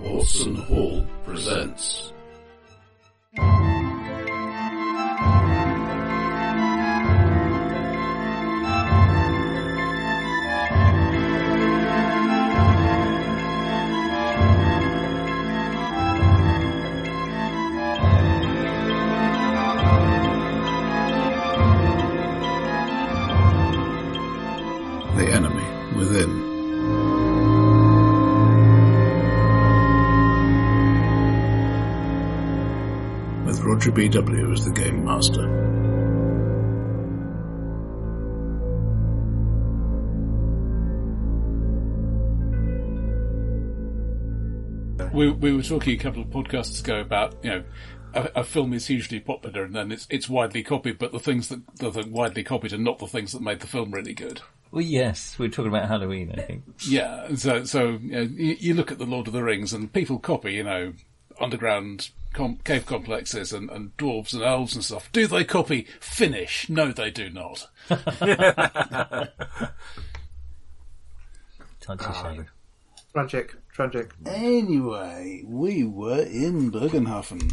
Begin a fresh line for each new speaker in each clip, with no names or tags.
Watson Hall presents. The Enemy Within. With Roger B.W. as the Game Master.
We, we were talking a couple of podcasts ago about you know a, a film is hugely popular and then it's it's widely copied, but the things that that are widely copied are not the things that made the film really good.
Well, yes, we're talking about Halloween, I think.
Yeah, and so so you, know, you, you look at the Lord of the Rings and people copy you know underground com- cave complexes and, and dwarves and elves and stuff. Do they copy Finnish? No, they do not.
Touch of shame.
Tragic, tragic.
Anyway, we were in Bergenhafen.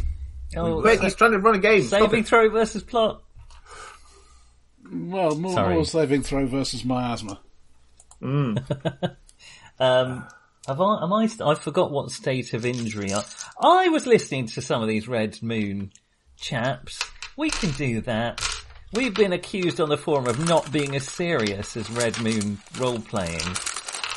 Oh,
Wait, he's trying to run a game. Stop
saving
it.
throw versus plot.
Well, more,
Sorry.
more saving throw versus miasma.
Um, have I, am I, st- I forgot what state of injury I, I was listening to some of these Red Moon chaps. We can do that. We've been accused on the forum of not being as serious as Red Moon role playing.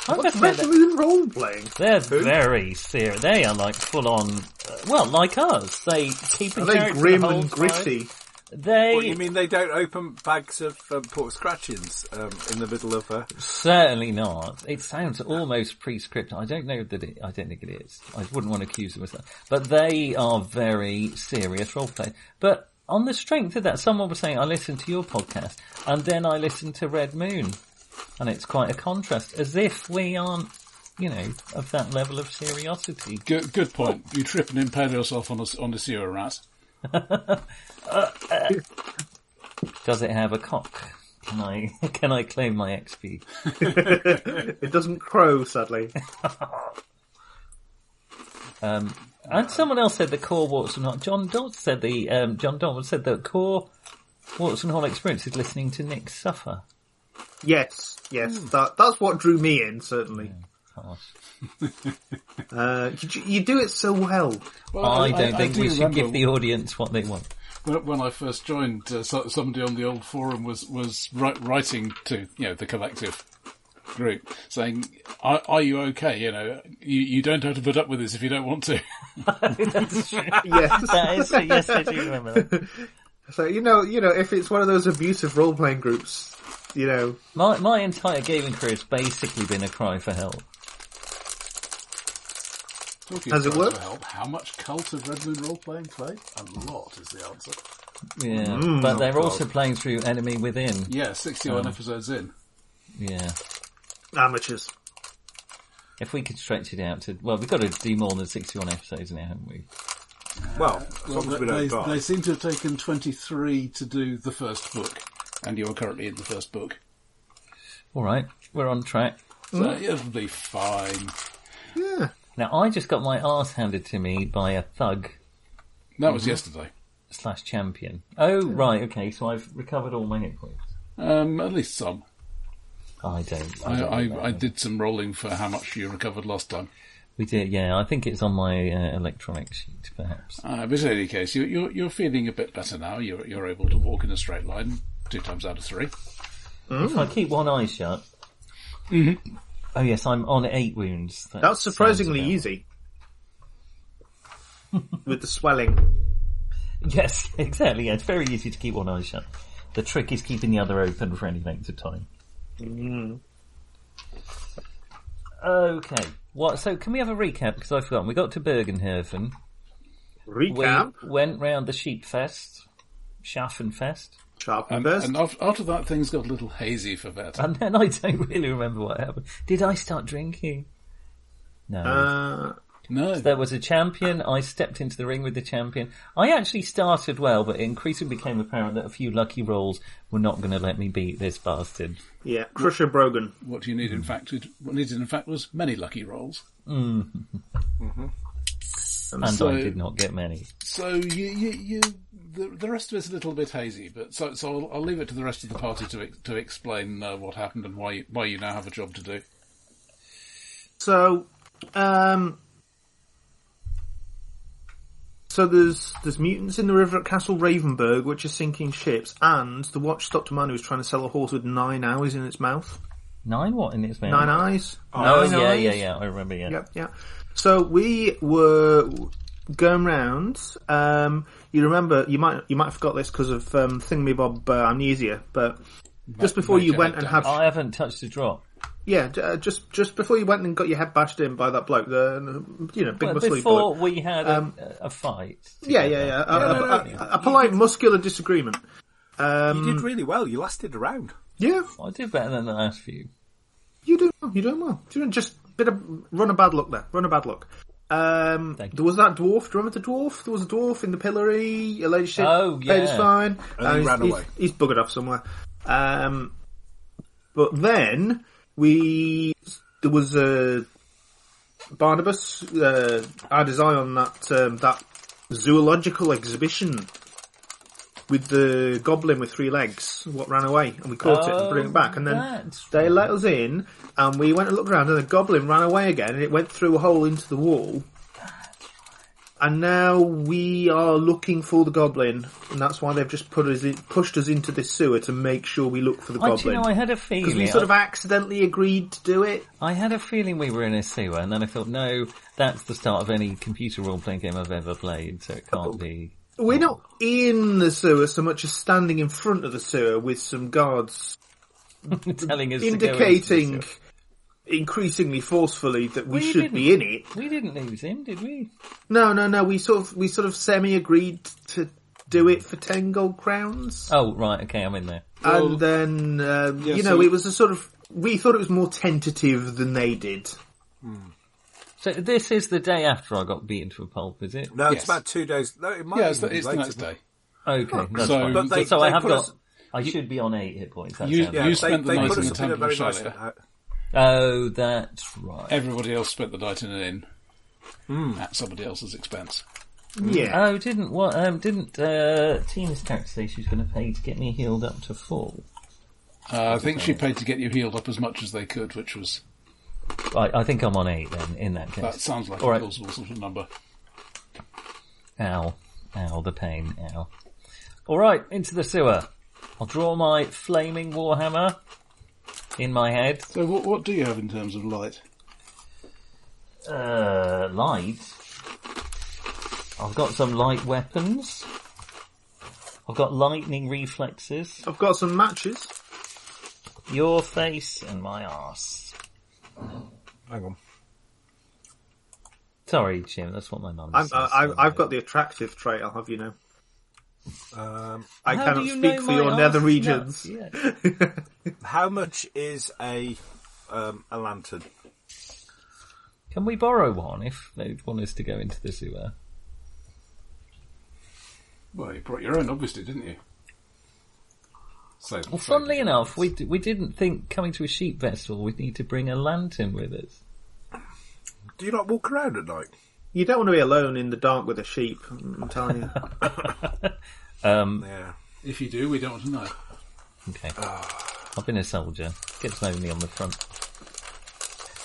I'm just
Red Moon role playing.
They're very serious. They are like full on, uh, well, like us. They keep in
Are they
character the
grim
whole
and gritty?
time. They
What, you mean they don't open bags of um, pork scratchings um, in the middle of a...
Certainly not. It sounds almost prescript. I don't know that it, I don't think it is. I wouldn't want to accuse them of that. But they are very serious role players. But on the strength of that, someone was saying, I listened to your podcast and then I listened to Red Moon. And it's quite a contrast, as if we aren't, you know, of that level of seriosity.
Good good point. You trip and impale yourself on a s- on a sewer rat.
Does it have a cock? Can I, can I claim my XP?
It doesn't crow, sadly.
And someone else said the core Watson Hall. John Dodd said the um, John Dodd said the core Watson Hall experience is listening to Nick suffer.
Yes, yes. That that's what drew me in, certainly.
Gosh.
Uh, you, you do it so well.
Well,
I don't think
do
we should
remember
give the audience what they want.
When, when I first joined, uh, so, somebody on the old forum was was wri- writing to you know the collective group saying, "Are, are you okay? You know, you, you don't have to put up with this if you don't want to."
That's true.
Yes.
That is, yes, I do remember that.
so you know, you know, if it's one of those abusive role playing groups, you know,
My my entire gaming career has basically been a cry for help.
Talking
Has it
about
worked?
help, How much cult of Red Moon role playing played? A lot is the answer.
Yeah, but they're also playing through Enemy Within.
Yeah, sixty-one
Mm.
episodes in.
Yeah,
amateurs.
if we could stretch it out to well, we've got to do more than sixty-one episodes now, haven't we?
Well, as long as we
they,
don't die.
they seem to have taken twenty-three to do the first book, and you are currently in the first book.
All right, we're on track.
So
Mm-hmm.
it'll be fine.
Yeah.
Now I just got my arse handed to me by a thug
That
Mm-hmm.
was yesterday.
slash champion. Oh, right, okay, so I've recovered all my hit points.
Um, at least some.
I don't.
I,
don't know.
I, I did some rolling for how much you recovered last time.
We did, yeah. I think it's on my uh, electronic sheet, perhaps.
Uh, but in any case, you, you're, you're feeling a bit better now. You're, you're able to walk in a straight line two times out of three.
Oh.
If I keep one eye shut.
Mm-hmm.
Oh yes, I'm on eight wounds. That
That's surprisingly
sounds
easy. With the swelling.
about- Yes, exactly. Yeah, it's very easy to keep one eye shut. The trick is keeping the other open for any length of time.
Mm-hmm.
Okay. What? So can we have a recap? Because I've forgotten. We got to Bergenhofen. We
Recap.
went round the sheep fest, Schaffenfest,
Sharp
um,
And,
and burst.
and after, after that, things got a little hazy for Vert.
and then I don't really remember what happened. Did I start drinking? No.
Uh,
No.
There was a champion. I stepped into the ring with the champion. I actually started well, but it increasingly became apparent that a few lucky rolls were not going to let me beat this bastard.
yeah, Crusher Brogan.
Mm.
What you need, in fact, is- what needed, in fact, was many lucky rolls.
Um,
and
So-
I did not get many.
So you, you, you the, the rest of it's a little bit hazy, but so, so I'll, I'll leave it to the rest of the party to ex- to explain uh, what happened and why you, why you now have a job to do.
So, um, so there's there's mutants in the river at Castle Ravenburg, which are sinking ships, and the watch stopped a man who was trying to sell a horse with nine eyes in its mouth.
Nine what in its mouth?
Nine eyes.
Oh
Nine
yeah,
eyes?
yeah, yeah. I remember. Yeah.
Yep, yeah. So we were going round. Um, you remember? You might you might have forgot this because of um, Thingamabob uh, amnesia, but just before you
Mike,
went
uh,
and had
I haven't touched a drop.
yeah, j- uh, just just before you went and got your head bashed in by that bloke, the you know big
Well,
muscly
before
bloke.
we had a, a fight.
Yeah, yeah,
together.
yeah. uh, A, a-
no, no,
a- a polite muscular disagreement. Um,
you did really well. You lasted a round.
Yeah,
I did better than the last few.
you do. You're doing well. Doing just bit of run a bad luck there. Run a bad luck. Um,
Thank you.
there was that dwarf. Do you remember the dwarf? There was a dwarf in the pillory. A lady shit.
Oh,
paid his
yeah.
fine.
And
Uh,
he
he's,
ran
he's-
away.
He's, buggered off somewhere. Um, but then we there was a Barnabas uh, had his eye on that um, that zoological exhibition with the goblin with three legs. What ran away, and we caught it and brought it back, and then.
Oh, that's
They
right.
let us in, and we went and looked around, and the goblin ran away again, and it went through a hole into the wall. And now we are looking for the goblin, and that's why they've just put us in, pushed us into this sewer to make sure we look for the
I, do you know, I
goblin.
had a
Because
feeling.
we sort of accidentally agreed to do it.
I had a feeling we were in a sewer, and then I thought, no, that's the start of any computer role-playing game I've ever played, so it can't be.
We're not in the sewer so much as standing in front of the sewer with some guards
telling us to go into the
indicating
sewer.
increasingly forcefully that we,
We
should be in
didn't.
it.
We didn't lose him, did we?
No, no, no. We sort of we sort of semi agreed to do it for ten gold crowns,
Uh,
Oh, right, okay, I'm in there.
and then um,
yeah,
you know
so-
it was a sort of we thought it was more tentative than they did.
So this is the day after I got beaten to a pulp, is it?
No,
Yes.
it's about two days. No, it might
Yeah, it's
even
the,
be
it's the
later
next
than-
day.
Okay, that's
So-
fine.
But
they-
so I
they
have
put
got.
us-
I should be on eight hit points. That
You-
sounds
you
Yeah,
right.
they,
spent the
they
night
put
in
us
the
up in
town
a
of
very nice.
Charlotte.
uh,
Oh, that's right.
Everybody else spent the night in an inn at somebody else's expense.
Mm-hmm.
Yeah,
Uh,
Oh, didn't what? Um, didn't uh, Tina's character say she was going to pay to get me healed up to full?
Uh, I think she paid to get you healed up as much as they could, which was
Right, I think I'm on eight then. In that case,
that sounds like
All
a
right.
plausible sort of number.
Ow. Ow, the pain. Ow. Alright, into the sewer. I'll draw my flaming warhammer in my head.
So what what do you have in terms of light?
Uh, light. I've got some light weapons. I've got lightning reflexes.
I've got some matches.
Your face and my arse.
Hang on.
Sorry, Jim, that's what my mum
I'm,
says.
I, I- I've got the attractive trait. I'll have you know.
Um,
I
How do
cannot
you
speak
know
for
my
your
arse
nether
is
regions.
nuts? Yeah.
how much is a um, a lantern?
Can we borrow one if they'd want us to go into the sewer?
Well, you brought your own, obviously, didn't you? So,
Well, funnily enough, we d- we didn't think coming to a sheep vessel we'd need to bring a lantern with us.
Do you not walk around at night?
You don't want to be alone in the dark with a sheep. I'm telling you.
Mm.
Um,
Yeah.
if you do, we don't want to know.
okay. I've been a soldier. Gets lonely on the front.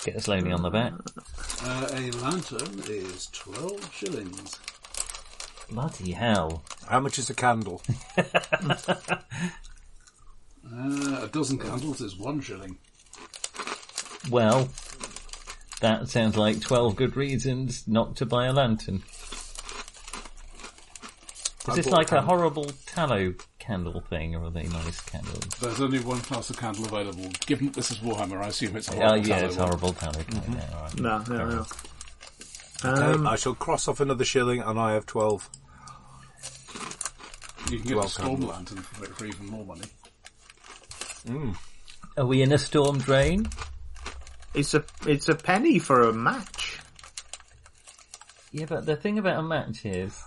Gets lonely on the back.
Uh, a lantern is twelve shillings.
Bloody hell!
How much is a candle?
Uh, a dozen candles is one shilling.
Well, that sounds like twelve good reasons not to buy a lantern. Is this
bought
like
a
a horrible tallow candle thing, or are they nice candles?
There's only one class of candle available. Given that this is Warhammer, I assume it's a
Oh
horrible
yeah,
tallow
it's
one.
horrible tallow. candle, yeah, all right.
No, no, no.
um,
Um,
Okay, I shall cross off another shilling, and I have twelve.
You can get a
Well,
storm
candles.
lantern for, for even more money.
Are we in a storm drain?
It's a it's a penny for a match.
Yeah, but the thing about a match is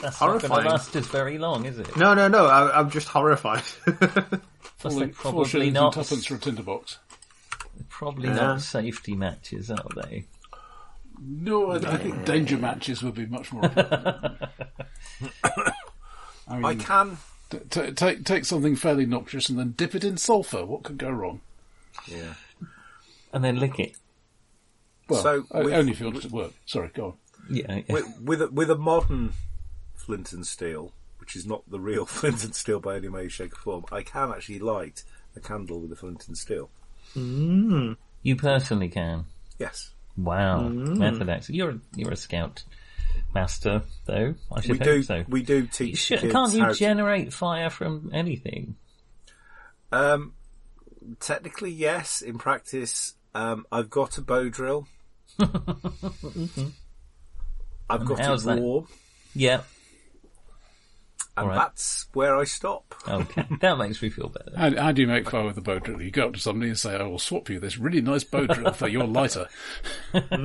that's not going
Horrifying.
to last us very long, is it?
No, no, no. I, I'm just horrified.
Plus,
Four- Four
they're probably
shillings
not,
and tuppence for a tinderbox.
probably
Yeah.
not safety matches, are they?
No, I, I think danger matches would be much more. Important. I
I
mean,
can.
t- t- take take something fairly noxious and then dip it in sulphur. What could go wrong?
Yeah.
and then lick it.
Well,
So
o-
with-
only if you want it to work. Sorry, go on.
Yeah, yeah.
With, with, a, with a modern flint and steel, which is not the real flint and steel by any way, shape, or form, I can actually light a candle with a flint and steel.
you personally can.
Yes.
Wow,
Mm.
method actor. You're you're a scout master, though. I should
We
hope
do,
so.
we do teach
Shit,
kids
can't
how
you
to-
generate fire from anything?
Um, technically, yes. In practice, um, I've got a bow drill. I've got
how's
it
that?
warm,
Yeah.
and
Alright.
that's where I stop.
Okay, that makes me feel better.
How, how do you make fire with a bow drill? You go up to somebody and say, "I will swap you this really nice bow drill for your lighter."
I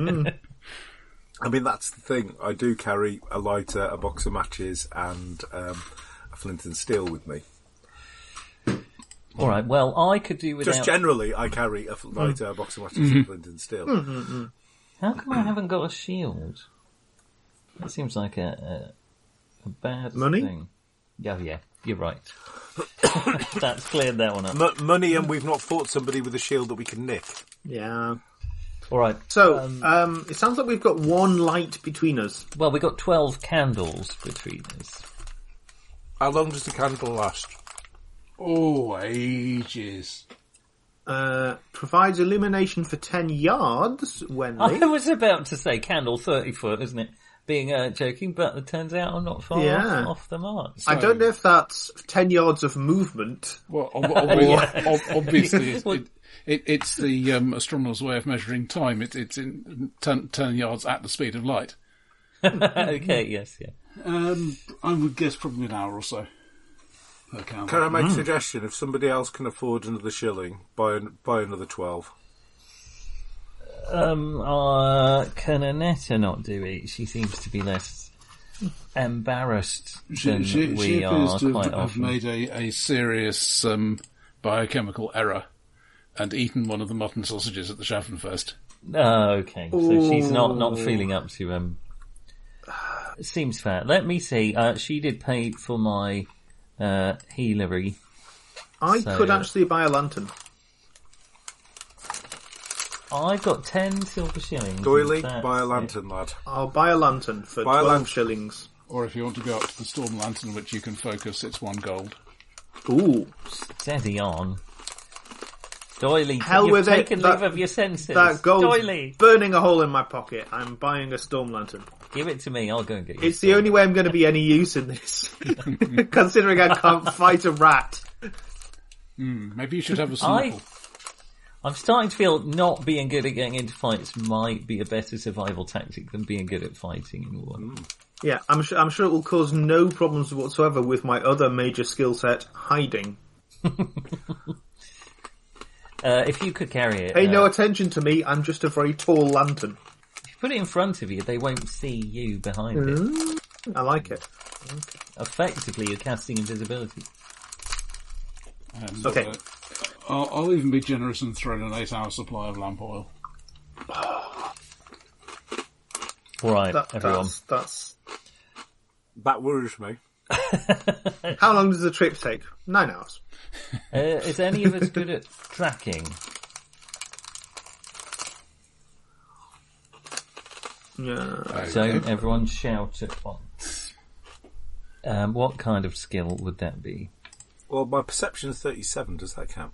mean, that's the thing. I do carry a lighter, a box of matches, and um, a flint and steel with me.
All right. Well, I could do without.
Just generally, I carry a f-
Mm-hmm.
lighter, a box of matches, and flint and steel.
How come I haven't got a shield? That seems like a a, a bad
Money?
thing. Yeah, yeah, you're right. That's cleared that one up.
M- money, and we've not fought somebody with a shield that we can nick.
Yeah.
All right.
So, um, it sounds like we've got one light between us.
Well, we got twelve candles between us.
How long does the candle last?
Oh, ages!
Uh, provides illumination for 10 yards, Wendy.
I was about to say candle thirty foot, isn't it? Being uh, joking, but it turns out I'm not far
Yeah.
off, off the mark.
I don't know if that's 10 yards of movement.
Well, ob- obvi- ob- obviously, it's, it, it, it's the um, astronomer's way of measuring time. It, it's in ten, ten yards at the speed of light.
okay, yes, yeah.
Um, I would guess probably an hour or so.
Can I make a suggestion? If somebody else can afford another shilling, buy an- buy another twelve.
Um, uh, can Annetta not do it? She seems to be less embarrassed
Hmm. She,
than
she,
we
she
are
appears to
quite
have, have
often.
made a, a serious um, biochemical error and eaten one of the mutton sausages at the Schaffenfest.
Oh, okay. So she's not, not
Ooh.
feeling up to um. Seems fair. Let me see. Uh, she did pay for my uh, healery.
I
So-
could actually buy a lantern.
I've got ten silver shillings.
Doily,
and that's
buy a
it.
lantern, lad.
I'll buy a lantern for
Buy a
12
lantern.
shillings.
Or if you want to go up to the storm lantern, which you can focus, it's one gold.
Ooh.
Steady on. Doily,
Hell
you've
with it.
taken
That-
leave of your senses.
That gold's
Doily,
burning a hole in my pocket. I'm buying a storm lantern.
give it to me. I'll go and get you.
It's the only way I'm going to be any use in this, considering I can't fight a rat.
Maybe you should have a
I,
snorkel.
I'm starting to feel not being good at getting into fights might be a better survival tactic than being good at fighting in war.
Hmm. Yeah, I'm sure. I'm sure it will cause no problems whatsoever with my other major skill set, hiding.
Uh, if you could carry it,
Pay
uh,
no attention to me. I'm just a very tall lantern.
if you put it in front of you, they won't see you behind it.
I like it.
Effectively, you're casting invisibility.
And,
Okay.
uh, I'll, I'll even be generous and throw in an eight-hour supply of lamp oil.
All right,
That,
everyone.
that's, that's
That worries me.
how long does the trip take? Nine hours.
Uh, is any of us good at tracking?
Yeah.
Don't everyone shout at once. Um, what kind of skill would that be?
Well, my perception is thirty-seven. Does that count?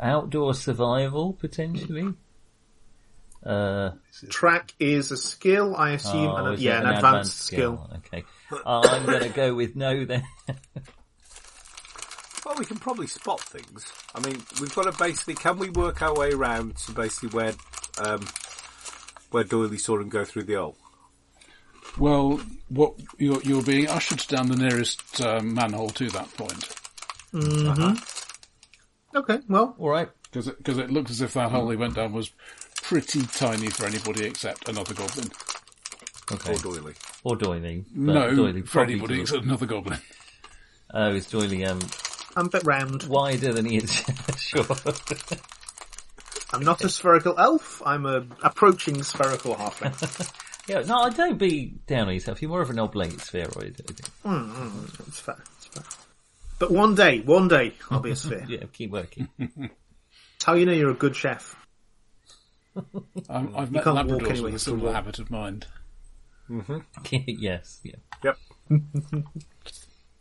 Outdoor survival, potentially. Uh,
Track is a skill, I assume.
Oh,
and
is
a, yeah,
it
an, advanced, skill.
Okay. I'm going to go with no then.
Well, we can probably spot things. I mean, we've got to basically. Can we work our way around to basically where um, where Doily saw him go through the hole?
Well, what you're, you're being ushered down the nearest uh, manhole to that point
Uh-huh.
Okay, well,
All right.
because it, 'cause it looked as if that hole they went down was pretty tiny for anybody except another goblin.
Okay.
Or Doily?
Or doily. but
no,
doily
for
probably
anybody
doily.
except another goblin.
Oh, is doily um
I'm a bit round.
wider than he is? sure.
I'm not a spherical elf. I'm a approaching spherical halfling.
Yeah, no, I don't be down on yourself. You're more of an oblate spheroid. I think.
it's fair. It's fair. But one day, one day, I'll be a sphere.
Yeah, keep working.
It's how you know you're a good chef.
I'm, I've met
can't walk
Labradors
anyway,
with a
you
similar habit of mind.
yes, yeah.
Yep.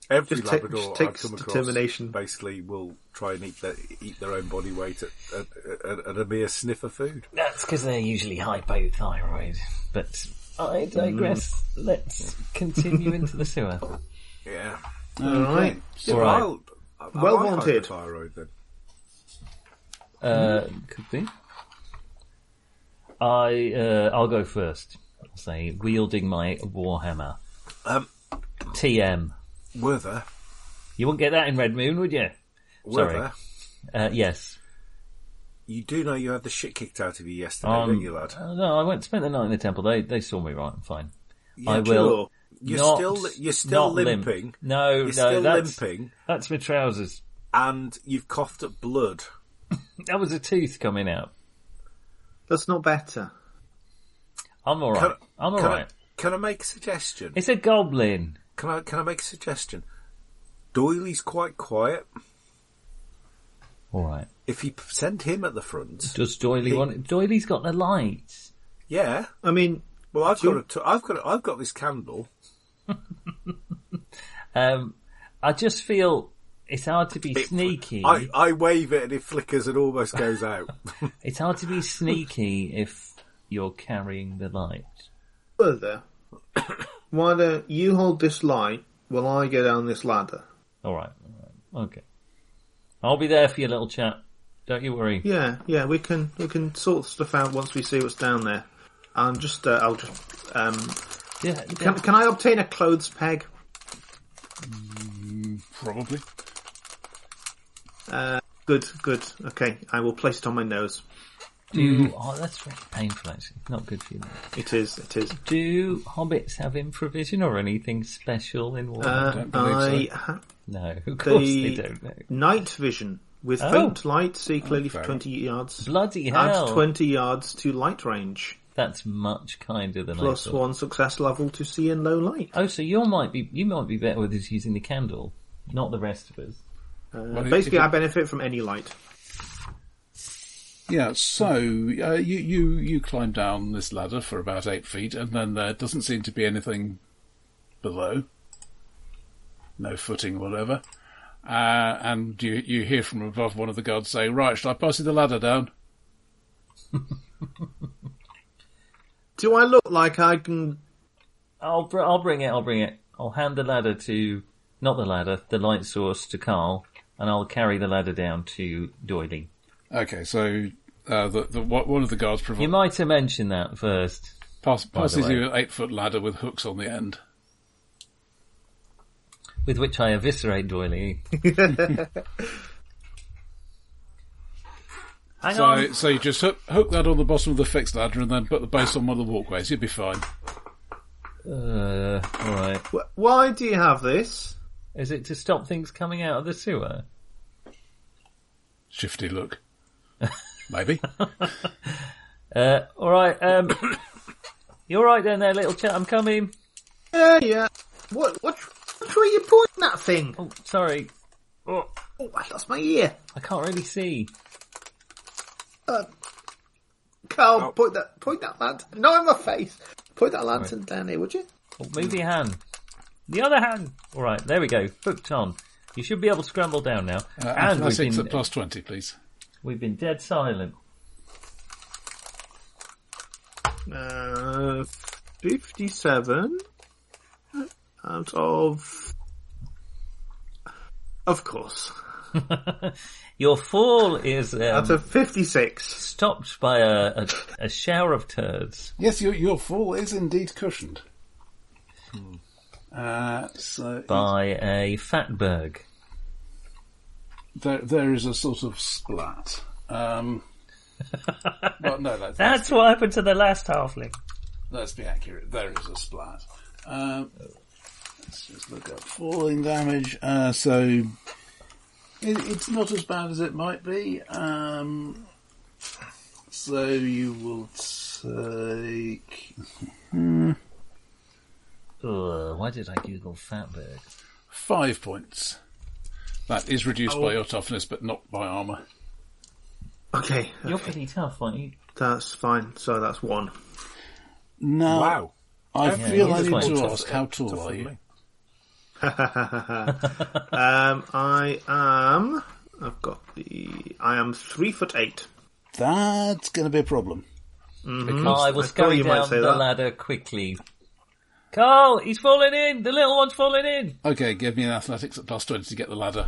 Every
Just ta-
Labrador
just takes
I've come across
determination.
basically will try and eat their eat their own body weight at, at, at, at a mere sniff of food.
That's because they're usually hypothyroid. But Mm. I digress. Let's continue into the sewer.
Yeah.
All
Mm,
right.
All right.
Well, I- I
Well
like
wanted.
hypothyroid then.
Uh, could be. I uh, I'll go first. I'll say wielding my warhammer.
Um,
TM.
were there?
You wouldn't get that in Red Moon, would you?
Were
Sorry.
there?
Uh, yes.
You do know you had the shit kicked out of you yesterday,
Um,
don't you, lad?
Uh, no, I went spent the night in the temple. They they saw me right. I'm fine. I
sure.
will.
You're
not-
still- you're still
not limp.
limping.
No,
You're
no,
still
that's
limping,
that's my trousers.
and you've coughed up blood.
That was a tooth coming out.
That's not better.
I'm all right. I'm all
can
right.
I, can I make a suggestion?
It's a goblin.
Can I can I make a suggestion? Doyley's quite quiet.
All right.
If you p- send him at the front,
Does Doily want? It? Doily's got the light.
yeah.
I mean,
Well, I've
Do-
got a t- I've got a, I've got this candle.
Um, I just feel it's hard to be sneaky.
I, I wave it and it flickers and almost goes out.
It's hard to be sneaky if you're carrying the light.
further. Why don't you hold this light while I go down this ladder?
All right. All right. Okay. I'll be there for your little chat. Don't you worry.
Yeah, yeah, we can we can sort stuff out once we see what's down there. I'm just, uh, I'll just. Um,
Yeah,
can,
yeah.
can I obtain a clothes peg?
Probably.
Good, good. Okay, I will place it on my nose.
Do you- oh, that's really painful. Actually, not good for you.
It is, it is.
Do hobbits have improvision or anything special in war?
Uh,
don't believe
I ha-
no, of course they
the-
don't. Know.
night vision with
Oh.
faint light, see clearly for
Okay.
twenty yards.
Bloody
Add
hell!
twenty yards to light range.
That's much kinder than
Plus
I thought.
one success level to see in low light.
Oh, so you might be you might be better with us using the candle, not the rest of us.
Uh,
Well, if-
basically,
if
I
it-
benefit from any light.
Yeah, so uh, you you you climb down this ladder for about eight feet, and then there doesn't seem to be anything below, no footing, whatever. Uh, and you you hear from above one of the guards say, "Right, shall I pass you the ladder down?"
Do I look like I can?
I'll br- I'll bring it. I'll bring it. I'll hand the ladder to not the ladder, the light source to Carl, and I'll carry the ladder down to Doily.
Okay, so uh, the, the one one of the guards provi-
You might have mentioned that first.
pass,
the
passes
way.
you an eight foot ladder with hooks on the end.
with which I eviscerate Doily. Hang
So
on.
so you just hook hook that on the bottom of the fixed ladder, and then put the base on one of the walkways. You'll be fine.
Uh, all right.
wh- Why do you have this?
Is it to stop things coming out of the sewer?
Shifty look, maybe.
Uh, all right. Um, you all right down there, little chap? I'm coming.
Yeah, yeah. What? What? What were you pointing that thing?
Oh, sorry. Oh,
Oh, I lost my ear.
I can't really see.
Carl,
Oh.
point that point that lantern. No, in my face. Point that lantern down here, would you?
Oh, move your hand. The other hand. All right. There we go. Hooked on. You should be able to scramble down now.
Uh,
and we've
athletics
been, uh,
at plus twenty, please.
we've been dead silent.
Uh, fifty-seven out of. Of course,
Your fall is um,
out of fifty-six.
stopped by a, a, a shower of turds.
Yes, your your fall is indeed cushioned.
Hmm.
Uh, so
by a fatberg.
there there is a sort of splat. Um, well, no, that, that's
That's what happened to the last halfling.
let's be accurate. There is a splat. Um, let's just look up falling damage. Uh, so it, it's not as bad as it might be. Um,
So you will take
Ugh, why did I Google Fatberg?
Five points. That is reduced by your toughness, but not by armour.
Okay,
You're pretty tough, aren't you?
that's fine. So that's one.
No.
wow.
I
Yeah,
feel
yeah,
I
that's
need
fine.
to
Tough-
ask, how
tough
tall are
than
you?
me.
Um, I am. I've got the. I am three foot eight.
That's going to be a problem.
I
I
was
thought
going
you might
down
say
the
that.
ladder quickly. Carl, he's falling in. The little one's falling in.
Okay, give me an athletics at plus 20 to get the ladder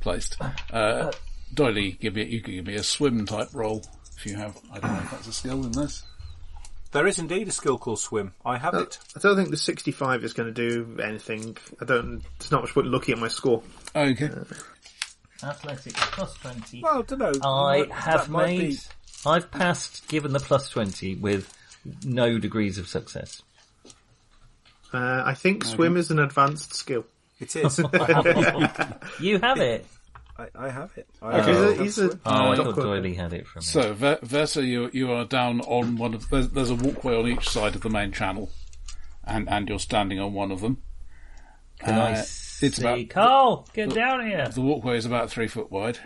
placed. Uh, Doily, give me, you can give me a swim type roll if you have. I don't know if that's a skill in this.
There is indeed a skill called swim. I have it.
I don't think the sixty-five is going to do anything. I don't. It's not much worth looking at my score.
Okay.
Athletics plus 20.
Well, I don't know.
I
That
have
might
made.
be-
I've passed given the plus 20 with no degrees of success.
Uh, I think swim is an advanced skill.
It is.
You have
Uh,
it.
I, I have it. I
Okay,
have
he's
it.
a,
Oh, I
dock
thought
worker.
Doily had it from me.
So, Ver- Versa, you you are down on one of there's, there's a walkway on each side of the main channel, and and you're standing on one of them.
Can I
uh,
see?
it's about-
Carl, get down here.
The walkway is about three foot wide.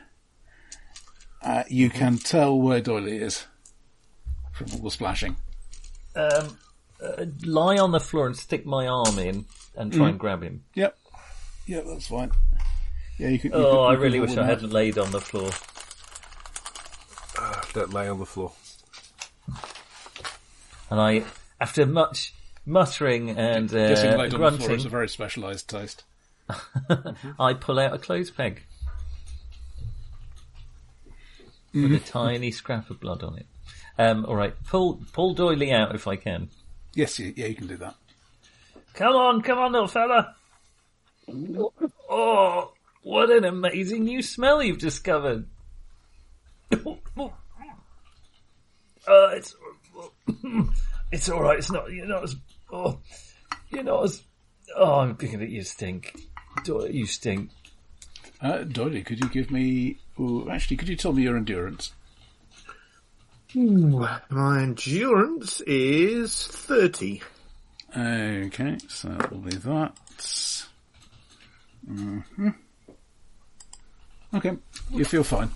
Uh, you
Mm-hmm.
can tell where Doily is from all the splashing.
Um, uh, lie on the floor and stick my arm in and
Mm.
try and grab him.
Yep, yep, that's fine. Yeah, you can. you
Oh,
can-
I
you can
really
hold
wish
him
I
up.
hadn't laid on the floor.
Ah, Don't lay on the floor.
And I, after much muttering and
Getting
uh,
laid on the floor is a
grunting,
very specialised taste.
I pull out a clothes peg
Mm-hmm.
with a tiny scrap of blood on it. Um, all right, pull pull Doily out if I can.
Yes, you, yeah, you can do that.
Come on, come on, little fella. Oh, what an amazing new smell you've discovered. Uh, it's it's all right. It's not you're not as oh, you're not as oh. I'm thinking that you stink. Do- You stink.
Uh, Doily, could you give me? Ooh, actually, could you tell me your endurance?
Ooh, my endurance is thirty.
Okay, so that'll be that. hmm Okay, you feel fine.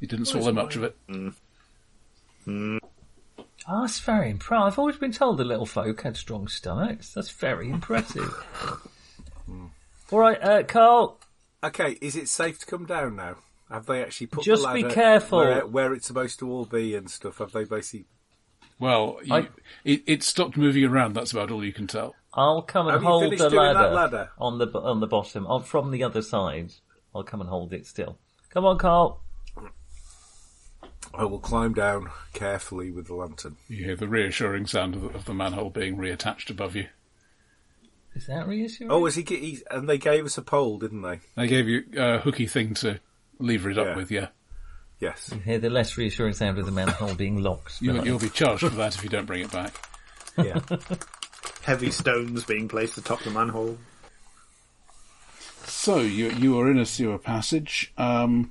You didn't swallow much of it.
Oh, that's very impressive. I've always been told the little folk had strong stomachs. That's very impressive. All right, uh, Carl.
Okay, is it safe to come down now? Have they actually put
Just
the
be
ladder
careful.
Where, where it's supposed to all be and stuff? Have they basically?
Well, you,
I-
it, it stopped moving around. That's about all you can tell.
I'll come and
Have you
hold
finished
the
doing
ladder,
that ladder?
on the on the bottom on, from the other side. I'll come and hold it still. Come on, Carl.
I will "Oh, climb down carefully with the lantern.
You hear the reassuring sound of the, of the manhole being reattached above you.
Is that reassuring?
Oh, is he, ge- he? And they gave us a pole, didn't they?
They gave you a hooky thing to lever it up
Yeah.
with. Yeah,
Yes.
hear the less reassuring sound of the manhole being locked.
you,
Right.
you'll be charged for that if you don't bring it back.
Yeah.
Heavy stones being placed atop the manhole.
So you you are in a sewer passage, um,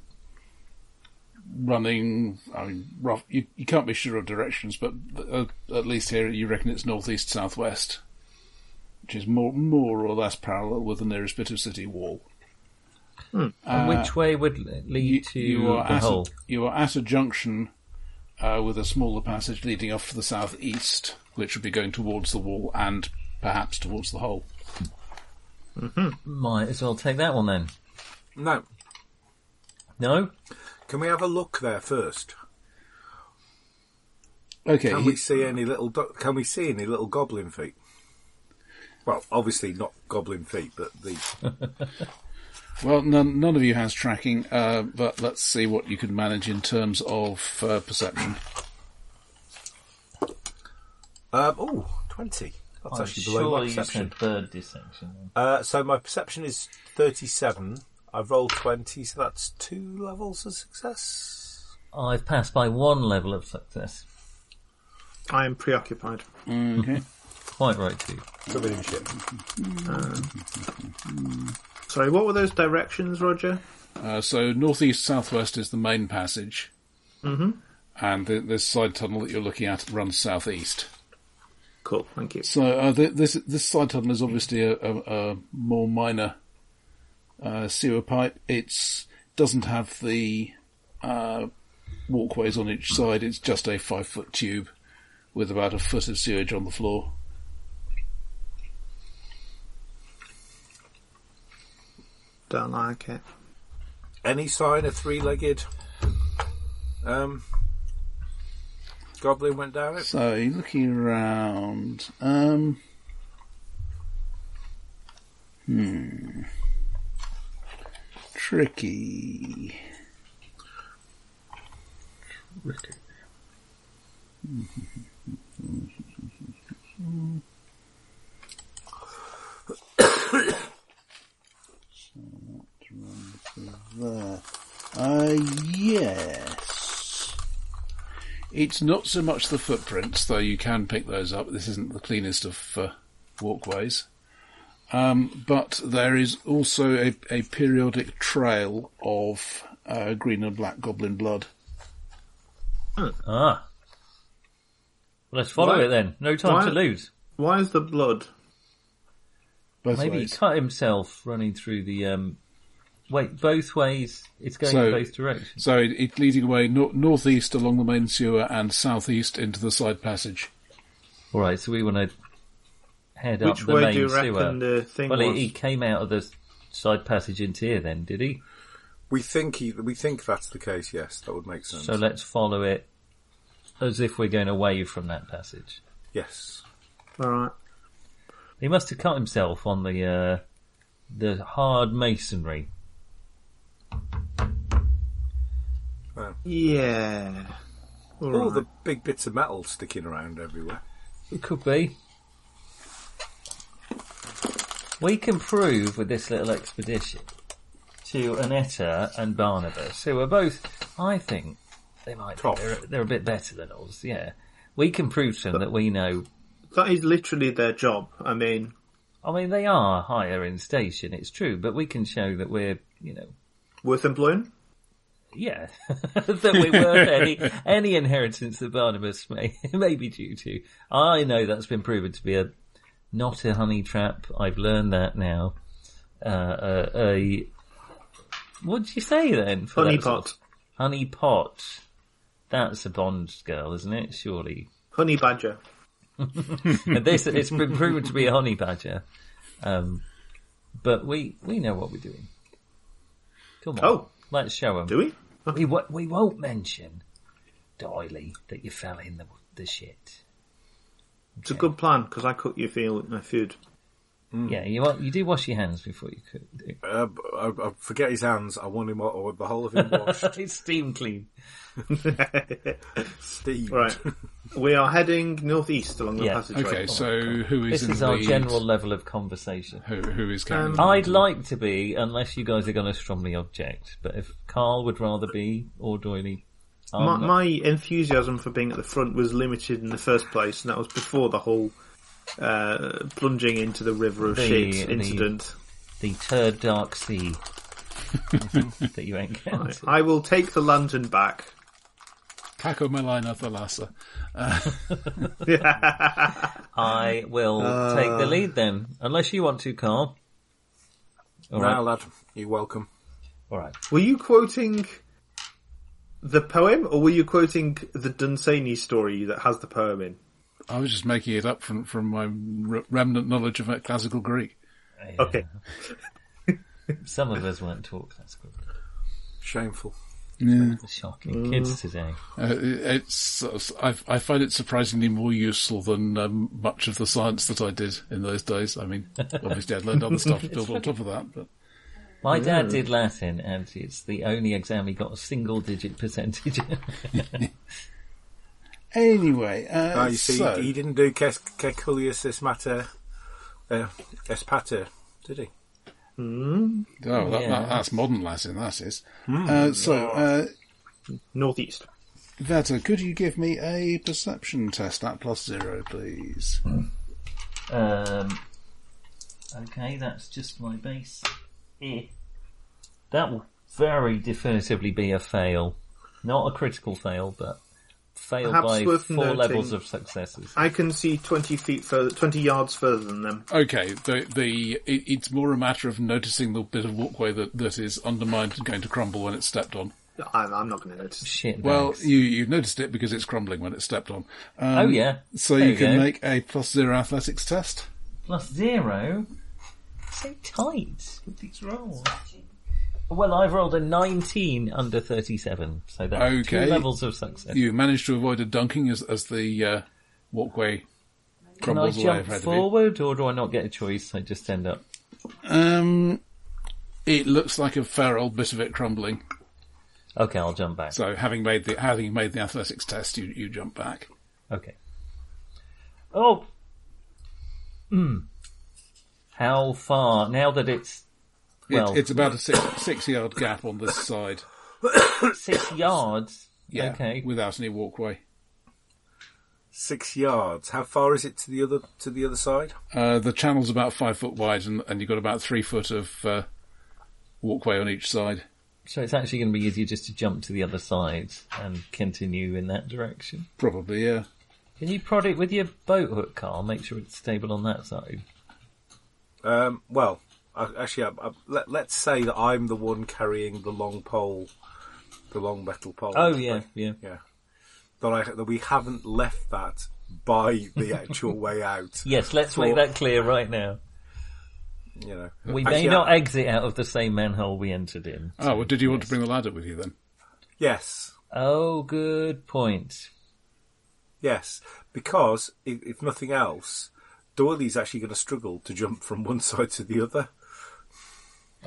running. I mean, rough. You, you can't be sure of directions, but uh, at least here you reckon it's northeast southwest, which is more more or less parallel with the nearest bit of city wall.
And
uh,
which way would l- lead to the
at a,
hole?
you are at a junction uh, with a smaller passage leading off to the southeast, which would be going towards the wall and perhaps towards the hole.
Might as well take that one then.
no.
No,
Can we have a look there first?
Okay,
Can
he-
we see any little? Do- can we see any little goblin feet? Well, obviously not goblin feet, but the
Well, none, none of you has tracking, uh, but let's see what you can manage in terms of uh, perception.
um, oh, 20. That's
I'm
actually below
sure
my
you
perception.
said third dissection.
Uh, so my perception is 37. I've rolled 20, so that's two levels of success.
I've passed by one level of success.
I am preoccupied.
Okay.
Quite right too.
Something in shit.
Sorry, what were those directions, Roger?
Uh, so northeast southwest is the main passage. and the, this side tunnel that you're looking at runs southeast.
Cool, thank you.
So uh, th this this side tunnel is obviously a, a, a more minor uh, sewer pipe. It's doesn't have the uh, walkways on each side. It's just a five foot tube with about a foot of sewage on the floor.
Don't like it.
Any sign of three-legged um, goblin went down it?
So looking around, um, hmm, tricky. there. Uh, yes. It's not so much the footprints, though you can pick those up. This isn't the cleanest of uh, walkways. Um, but there is also a, a periodic trail of uh, green and black goblin blood.
Ah. Well, let's follow
Why-
it then. No time
why-
to lose.
Why is the blood?
Both
Maybe he
ways.
cut himself running through the. Um, wait, both ways. It's going
So-
in both directions.
So it, it's leading away nor- northeast along the main sewer and southeast into the side passage.
All right, so we want to head
Which
up the
way
main
do you
sewer.
reckon the thing
well,
was?
he, he came out of the s- side passage into here, then did he?
We think he, we think that's the case. Yes, that would make sense.
So let's follow it as if we're going away from that passage.
yes,
Alright.
He must have cut himself on the uh, the hard masonry.
Yeah.
all
Oh,
Alright.
the big bits of metal sticking around everywhere.
It could be. We can prove with this little expedition to Anetta and Barnabas, who are both, I think, they might
Top.
they're, they're a bit better than us. Yeah, we can prove to them that we know.
That is literally their job. I mean,
I mean, they are higher in station. It's true, but we can show that we're, you know,
worth employing?
yeah, that we worth any any inheritance that Barnabas may may be due to. I know that's been proven to be a not a honey trap. I've learned that now. Uh, uh, a what did you say then? for
Honey
that sort
pot.
of- honey pot. That's a Bond girl, isn't it? Surely.
Honey badger.
And this it's been proven to be a honey badger. Um, but we we know what we're doing. Come on,
Oh.
let's show them.
Do we?
We won't, we won't mention, Doily, that you fell in the the shit.
It's a good plan because I cook you feel my food.
Yeah, you wa- you do wash your hands before you cook. do you?
Uh, b- I, I forget his hands. I want him. wa- I want the whole of him washed.
it's steam clean.
Steve.
Right. we are heading northeast along the
Yeah.
passageway.
Okay, so who is
This
in
is
the
our
lead?
general level of conversation.
Who, who is carrying
Um,
the lead?
I'd like to be, unless you guys are going to strongly object. But if Carl would rather be or Doily, I'm
My,
not-
my enthusiasm for being at the front was limited in the first place, and that was before the whole uh, plunging into the river of
The-
shit
the-
incident.
the turd dark sea that you encountered.
I will take the lantern back.
Kako Malina Thalassa.
I will take
Uh,
the lead then, unless you want to, Carl. All right,
Now, lad, you're welcome.
all right.
Were you quoting the poem, or were you quoting the Dunsany story that has the poem in?
I was just making it up from, from my r- remnant knowledge of uh, classical Greek.
Okay.
Some of us won't talk that quickly.
Shameful.
Shocking kids today.
Uh, it's I, I find it surprisingly more useful than um, much of the science that I did in those days. I mean, obviously I'd learned other stuff to build on top of that, but
My dad did Latin, and it's the only exam he got a single digit percentage.
anyway. Uh,
Ah, you see,
so-
he didn't do Kes- Keculius es mater, uh, es pater, did he?
oh, that,
Yeah.
that, that's modern Latin. That is. uh, so, uh,
Northeast.
Vata, could you give me a perception test at plus zero, please?
um, okay, that's just my base. Eh. That will very definitively be a fail. Not a critical fail, but fail
Perhaps
by four
worth noting-
levels of successes.
I can see 20 feet further, 20 yards further than them.
Okay, the the it, it's more a matter of noticing the bit of walkway that, that is undermined and going to crumble when it's stepped on.
I'm, I'm not going to notice.
Shit.
Well,
bags.
you you noticed it because it's crumbling when it's stepped on. Um,
oh yeah.
So
There
you can
go.
make a plus zero athletics test.
plus zero. So tight with these rolls. Well, I've rolled a 19 under 37, so that's
Okay.
two levels of success.
You managed to avoid a dunking as as the uh, walkway
Can I
crumbles away
jump
ahead of you.
forward, or do I not get a choice? I just end up.
Um, it looks like a fair old bit of it crumbling.
Okay, I'll jump back.
So having made the having made the athletics test, you you jump back.
Okay. Oh. Hmm. How far? Now that it's
It,
Well-
it's about a six six yard gap on this side.
six yards.
Yeah,
Okay.
without any walkway.
Six yards. How far is it to the other to the other side?
Uh, the channel's about five foot wide, and, and you've got about three foot of uh, walkway on each side.
So it's actually going to be easier just to jump to the other side and continue in that direction.
Probably, yeah.
Can you prod it with your boat hook, Carl? Make sure it's stable on that side.
Um, well, I, actually, I, I, let, let's say that I'm the one carrying the long pole, the long metal pole.
Oh yeah, yeah.
yeah. That, I, that we haven't left that by the actual way out.
Yes, let's make
For-
that clear right now.
You know,
We may
Actually,
not
I-
exit out of the same manhole we entered in.
Oh, well, did you want to bring the ladder with you then?
yes,
Oh, good point.
yes, because if, if nothing else, Doyley's actually going to struggle to jump from one side to the other.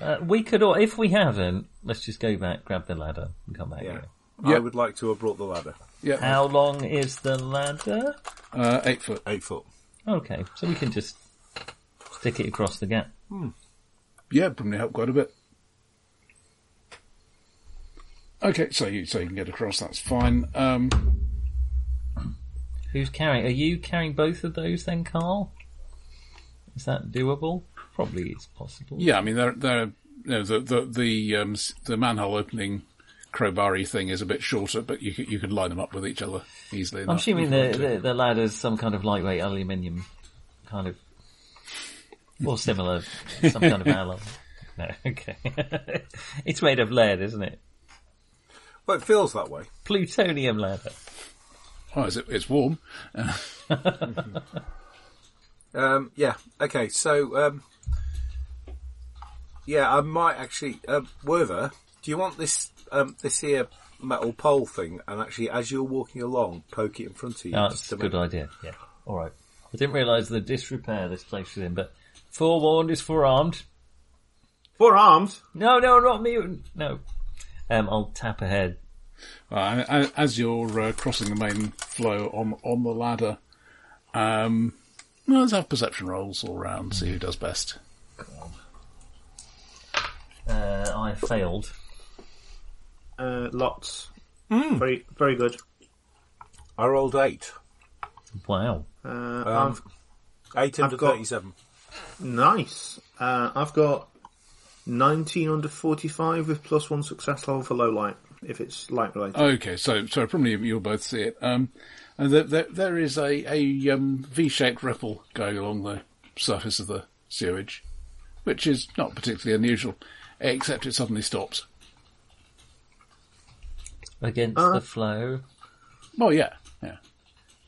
Uh, we could, or if we haven't, let's just go back, grab the ladder, and come back.
Yeah.
here.
Yeah.
I would like to have brought the ladder.
Yeah,
How long is the ladder?
uh, eight foot.
Eight foot.
Okay, so we can just stick it across the gap.
Yeah, probably helped quite a bit. Okay, so you so you can get across. That's fine. Um,
Who's carrying? Are you carrying both of those then, Carl? Is that doable? Probably it's possible.
yeah, I mean, they're, they're, you know, the the the um, s- the manhole opening crowbarry thing is a bit shorter, but you could, you could line them up with each other easily.
I'm
enough.
assuming the, the the ladder's some kind of lightweight aluminium, kind of, or similar, some kind of alloy. No, okay. it's made of lead, isn't it?
Well, it feels that way.
Plutonium ladder.
Oh, is it, it's warm.
Um, yeah. Okay. So, um, yeah, I might actually. Um, Werther, do you want this um, this here metal pole thing? And actually, as you're walking along, poke it in front of you.
No,
just
that's
to
a good uh,
make-
idea. Yeah. All right. I didn't realise the disrepair this place was in, but forewarned is forearmed.
Four arms?
No, no, not mutant. No. Um, I'll tap ahead.
Uh, a- as you're uh, crossing the main flow on on the ladder, um, well, let's have perception rolls all round. See who does best.
Uh, I failed.
Uh, lots. Very, very good.
I rolled eight.
Wow.
Uh, I've,
Eight under
got-
thirty-seven.
nice. Uh, I've got 19 under 45 with plus one success level for low light, if it's light related.
Okay, so so probably you'll both see it. Um, and there there, there is a a um, V-shaped ripple going along the surface of the sewage, which is not particularly unusual, except it suddenly stops.
Against
Uh-huh.
the flow.
Well, yeah, yeah.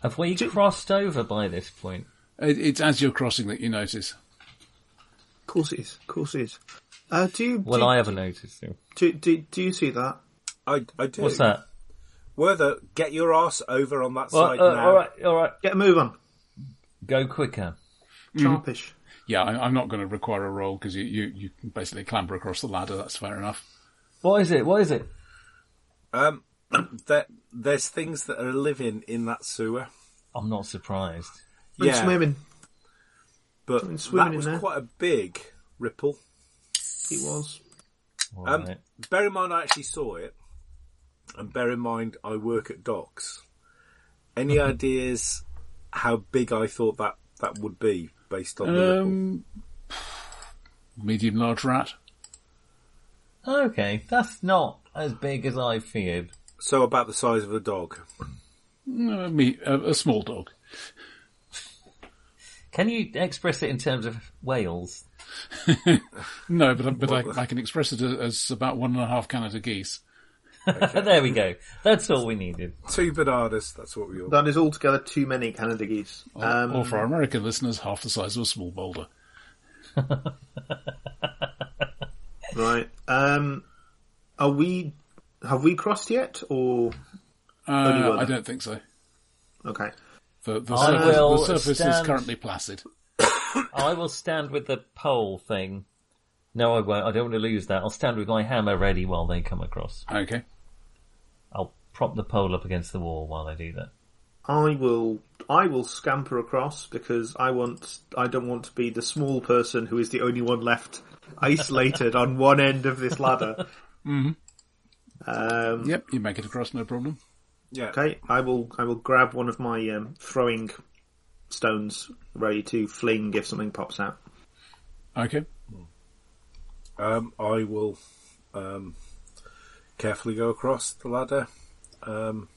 Have we crossed over by this point?
It, it's as you're crossing that you notice.
Of course it is. Of course it is. Uh, do you,
Well,
do,
I haven't noticed. Them.
do, do, do you see that?
I, I do.
What's that?
Werther, get your ass over on that
Well,
side
uh,
now.
all right, all right.
Get a move on.
Go quicker.
Sharpish.
Yeah, I, I'm not going to require a roll because you, you you can basically clamber across the ladder. That's fair enough.
What is it? What is it?
Um, there, there's things that are living in that sewer.
I'm not surprised.
Been
Yeah,
swimming.
but
Something swimming
that
in
was
there.
quite a big ripple.
He was.
All
Um,
right.
Bear in mind, I actually saw it, and bear in mind, I work at docks. Any
Mm-hmm.
ideas how big I thought that that would be based on the ripple?
Um, medium large rat.
Okay, that's not as big as I feared.
So about the size of a dog.
No, me, a, a small dog.
Can you express it in terms of whales?
No, but I- but I, I can express it as about one and a half Canada geese.
there we go. That's all we needed.
Two Bernardus, that's what we all.
That is altogether too many Canada geese.
Or,
Um,
or for our American listeners, half the size of a small boulder.
Right. Um, are we? Have we crossed yet? Or Only
Uh,
one.
I don't think so.
okay.
The, the
I
surface, the
will
surface is
stand-
currently placid.
I will stand with the pole thing. No, I won't. I don't want to lose that. I'll stand with my hammer ready while they come across.
Okay.
I'll prop the pole up against the wall while I do that.
I will. I will scamper across because I want. I don't want to be the small person who is the only one left, isolated on one end of this ladder. Um,
Yep, you make it across, no problem.
Yeah.
Okay, I will. I will grab one of my um, throwing stones, ready to fling if something pops out.
Okay.
Um, I will um, carefully go across the ladder. Um,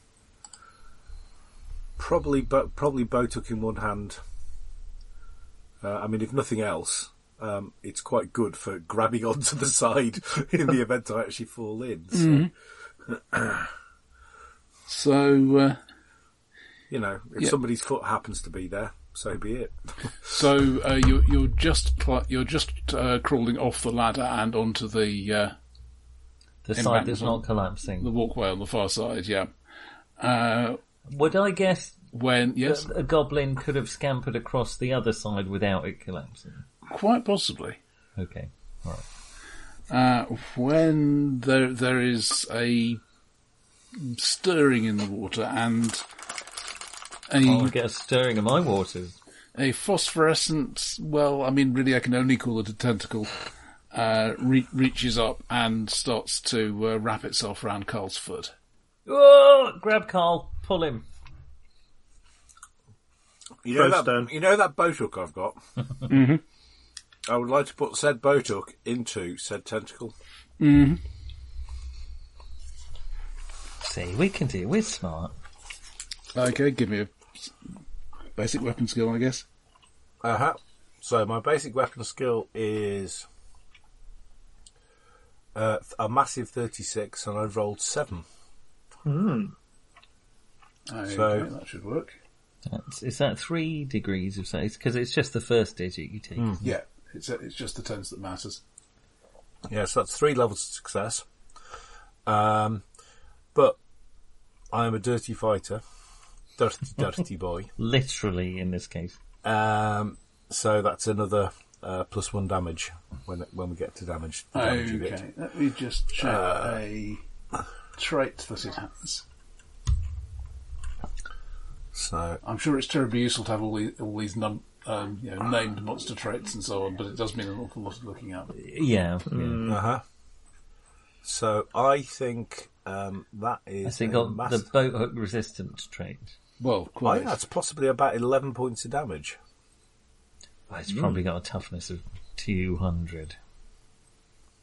probably, bo- probably bow took in one hand. Uh, I mean, if nothing else, um, it's quite good for grabbing onto the side in the event I actually fall in. So,
So, uh,
You know, if
Yeah.
somebody's foot happens to be there, so be it.
so uh, you're you're just cl- you're just uh, crawling off the ladder and onto the uh,
The
Impact
side that's
as well.
not collapsing.
the walkway on the far side. Yeah. Uh,
Would I guess
when yes,
that a goblin could have scampered across the other side without it collapsing?
quite possibly.
Okay.
Uh, when there there is a stirring in the water and a
Oh,
I'll get a stirring of my waters.
a phosphorescent, well, I mean, really, I can only call it a tentacle, uh, re- reaches up and starts to uh, wrap itself around Carl's foot.
Oh, grab Carl, pull him.
You know,
Crowstone.
that, you know that bow hook I've got? I would like to put said bow hook into said tentacle.
See, we can do. We're smart.
Okay, give me a basic weapon skill, I guess.
Uh huh. So my basic weapon skill is uh, a massive thirty-six, and I've rolled seven.
Okay,
So-
that should work.
That's, is that three degrees of size? Because it's just the first digit you take.
Yeah, it's uh, it's just the tens that matters.
Yeah, so that's three levels of success. Um, but I am a dirty fighter, dirty, dirty boy.
Literally, in this case.
Um, so that's another uh, plus one damage when when we get to damage. The damage Uh, of it.
Okay, let me just check a trait that it has.
So
I'm sure it's terribly useful to have all these all these num- um, you know, named monster traits and so on, but it does mean an awful lot of looking up.
Yeah. yeah.
uh huh. So I think um, that is.
Has it
a
got
mass-
the boat hook resistant trait?
Well,
I
quite.
think that's possibly about 11 points of damage.
Well, it's probably got a toughness of 200.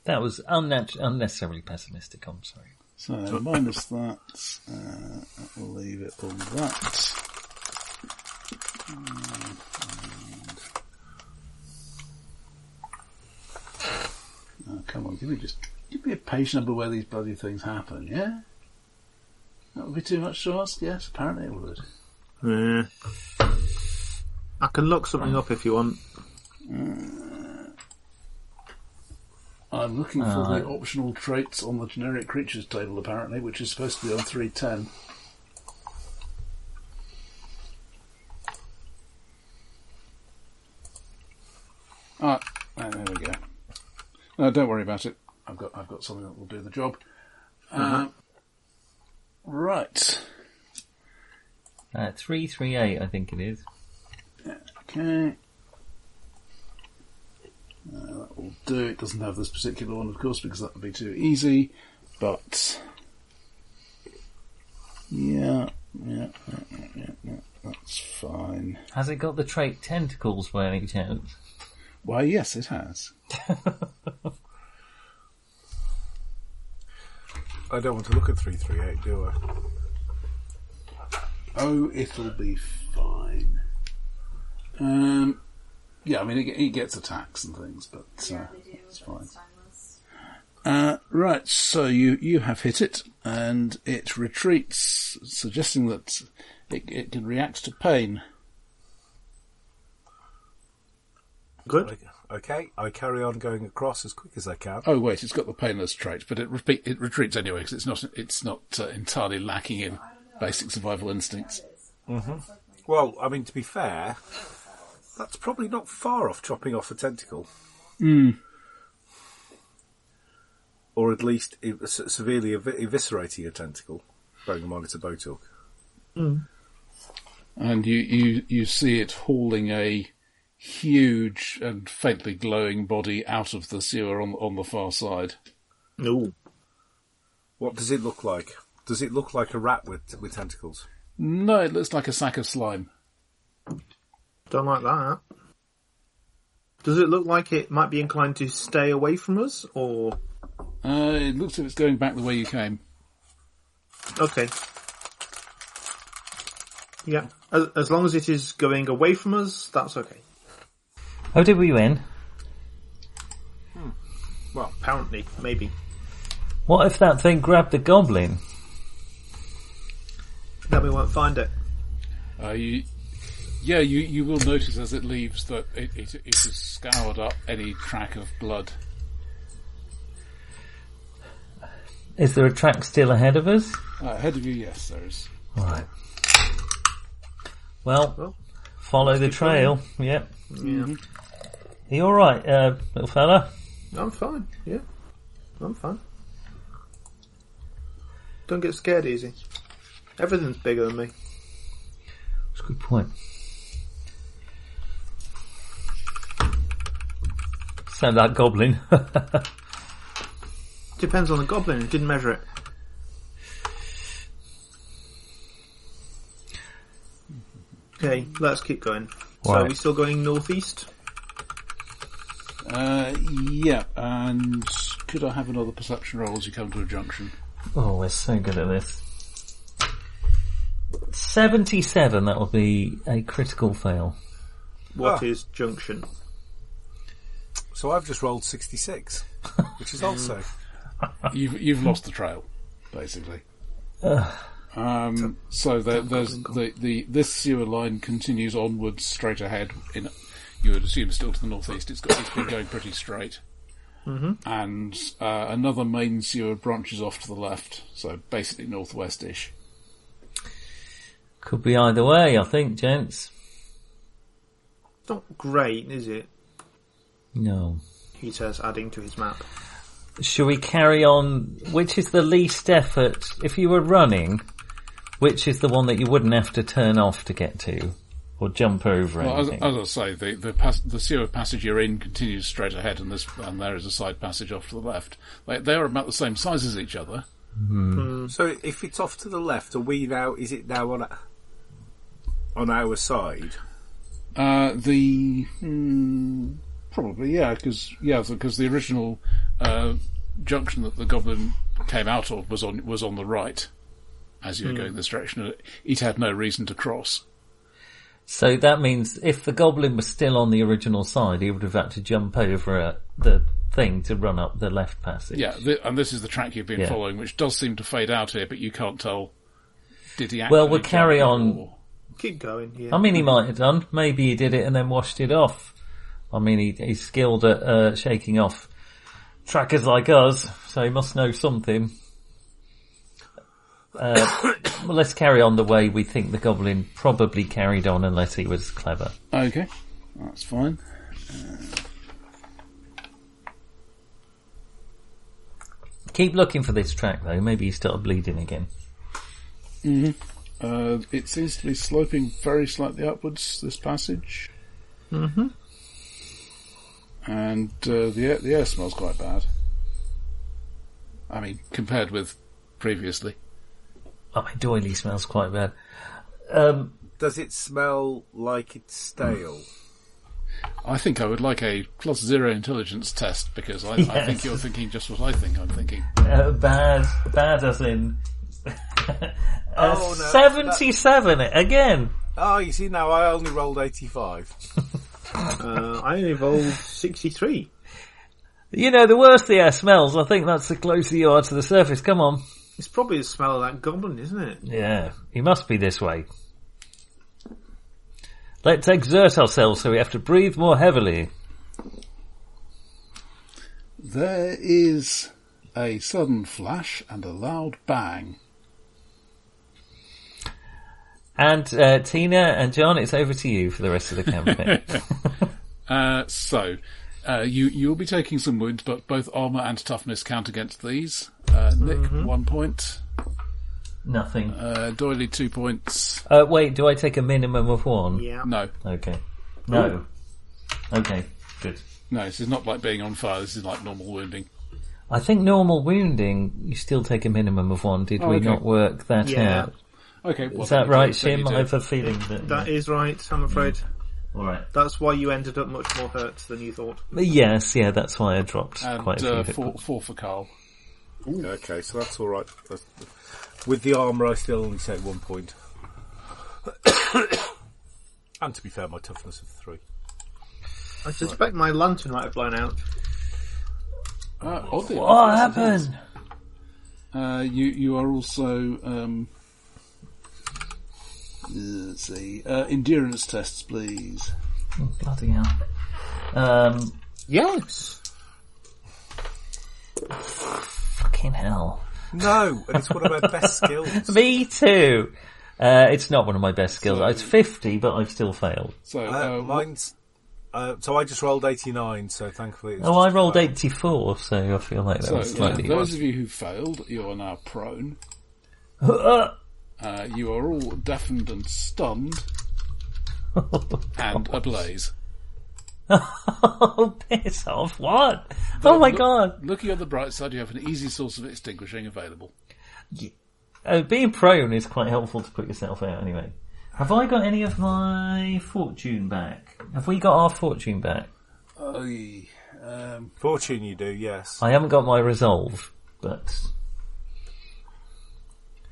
That was unnat- unnecessarily pessimistic, I'm sorry.
So minus that, uh, we'll leave it on that. Oh, come on, give me just give me a page number where these bloody things happen, yeah? That would be too much to ask. Yes, apparently it would.
Yeah. I can look something up if you want.
I'm looking for
Uh,
the optional traits on the generic creatures table, apparently, which is supposed to be on 310. Ah, ah, there we go. No, don't worry about it. I've got I've got something that will do the job. Uh, right.
Uh, 338, I think it is.
Okay. Uh, that will do. It doesn't have this particular one, of course, because that would be too easy. But yeah, yeah, yeah, yeah, yeah, yeah. that's fine.
Has it got the trait tentacles by any chance?
Why, yes, it has.
I don't want to look at 338, do I?
Oh, it'll be fine. Um, yeah, I mean, he, he gets attacks and things, but uh,
Yeah, they do.
it's
It's
fine.
timeless.
Uh, right, so you, you have hit it, and it retreats, suggesting that it, it can react to pain.
Good.
Okay, I carry on going across as quick as I can.
Oh wait, it's got the painless trait, but it, repeat, it retreats anyway because it's not it's not uh, entirely lacking in basic survival instincts.
Well, I mean, to be fair, that's probably not far off chopping off a tentacle. Or at least ev- se- severely ev- eviscerating a tentacle, bearing in mind it's a Botox.
And you, you you see it hauling a huge and faintly glowing body out of the sewer on on the far side.
No.
What does it look like? Does it look like a rat with with tentacles?
No, it looks like a sack of slime.
Don't like that. Does it look like it might be inclined to stay away from us, or
Uh, it looks like it's going back the way you came.
okay? Yeah, as, as long as it is going away from us, that's okay.
Oh, did we win?
Apparently, maybe.
What if that thing grabbed the goblin?
Then we won't find it.
Uh, you, yeah, you, you will notice as it leaves that it, it, it has scoured up any track of blood.
Is there a track still ahead of us?
Uh, ahead of you, yes, there is.
Right. Well,
Well,
follow the trail. Yep.
Yeah,
Are you alright, uh, little fella?
I'm fine. Yeah, I'm fine. Don't get scared easy. Everything's bigger than me.
That's a good point. Sound like goblin.
Depends on the goblin. Didn't measure it. Okay, let's keep going. So
Right.
are we still going northeast?
Uh, yeah, and could I have another perception roll as you come to a junction?
oh, we're so good at this. 77, that will be a critical fail.
What
Ah.
is junction?
So I've just rolled sixty six, which is also
You've you've lost the trail, basically. Um, so there, there's the, the this sewer line continues onwards straight ahead. In you would assume still to the northeast. It's got it's been going pretty straight, mm-hmm. and uh, another main sewer branches off to the left. So basically northwest-ish.
Could be either way, I think, gents.
It's not great, is it?
No.
He says, adding to his map.
Shall we carry on? Which is the least effort? If you were running, which is the one that you wouldn't have to turn off to get to? Or jump over
Well, as,
anything?
as I say, the the, pass- the sewer passage you're in continues straight ahead, and this and there is a side passage off to the left. They, they are about the same size as each other.
So if it's off to the left, are we now? Is it now on a, on our side?
Uh, the hmm, probably yeah, because yeah, because the original uh, junction that the goblin came out of was on was on the right. As you
Hmm.
were going this direction, and it- it had no reason to cross.
So that means if the goblin was still on the original side, he would have had to jump over uh, the thing to run up the left passage.
Yeah, th and this is the track you've been
Yeah.
following, which does seem to fade out here, but you can't tell. Did he?
Well, we'll
actually
carry
jump
on.
or-
Keep going, yeah.
I mean,
Mm-hmm.
he might have done. Maybe he did it and then washed it off. I mean, he, he's skilled at uh, shaking off trackers like us, so he must know something. Uh, well, let's carry on the way we think the goblin probably carried on, unless he was clever.
Okay, that's fine.
Keep looking for this track, though. Maybe he started bleeding again.
Uh, it seems to be sloping very slightly upwards, this passage. Mm-hmm. And uh, the, air, the air smells quite bad. I mean, compared with previously.
Oh, my doily smells quite bad. Um,
Does it smell like it's stale?
I think I would like a plus zero intelligence test because I, I think
Yes.
you're thinking just what I think I'm thinking.
Uh, bad, bad as in A
Oh, no,
77 again.
Oh, you see now I only rolled 85.
Uh, I only rolled 63.
You know, the worse the air smells, I think that's the closer you are to the surface. Come on.
It's probably the smell of that goblin, isn't it?
Yeah, he must be this way. Let's exert ourselves so we have to breathe more heavily.
There is a sudden flash and a loud bang.
And uh, Tina and John, it's over to you for the rest of the campaign.
Uh, so, uh, you you'll be taking some wounds, but both armor and toughness count against these. Uh, Nick, one point.
Nothing.
Uh, Doily, two points.
Uh, wait, do I take a minimum of one?
Yeah.
No,
Okay. No. Okay, good.
no, this is not like being on fire. This is like normal wounding.
I think normal wounding, you still take a minimum of one. Did
Oh,
we
okay.
not work that
Yeah.
out?
Okay, well,
Is that right,
then you
Shim?
do.
I have a feeling that.
That is right, I'm afraid.
All right.
That's why you ended up much more hurt than you thought.
Yes, yeah, that's why I dropped quite
And
a few
uh,
hit
four,
points.
four for Carl.
Okay, so that's alright. With the armour, I still only take one point. and to be fair, my toughness of three.
I suspect my lantern might have blown out.
Uh, oddly
What
enough, yes, it
Oh, happened?
is. Uh, you you are also um, let's see uh, endurance tests, please.
Oh, bloody hell. Um,
Yes!
fucking hell.
No, and it's one of my best skills.
Me too. Uh, it's not one of my best skills. it's 50, but I've still failed.
So
Uh,
uh,
mine's. Uh, so I just rolled 89, so thankfully. It's
Oh, I
just
rolled
about-
84, so I feel like that
So,
was
yeah,
slightly
those of you who failed, you are now prone. Uh, you are all deafened and stunned and ablaze.
oh, piss off. What? Oh my
Look-
god.
Looking on the bright side, you have an easy source of extinguishing available.
Uh, being prone is quite helpful to put yourself out anyway. Have I got any of my fortune back? Have we got our fortune back?
Um,
Fortune, you do, yes.
I haven't got my resolve, but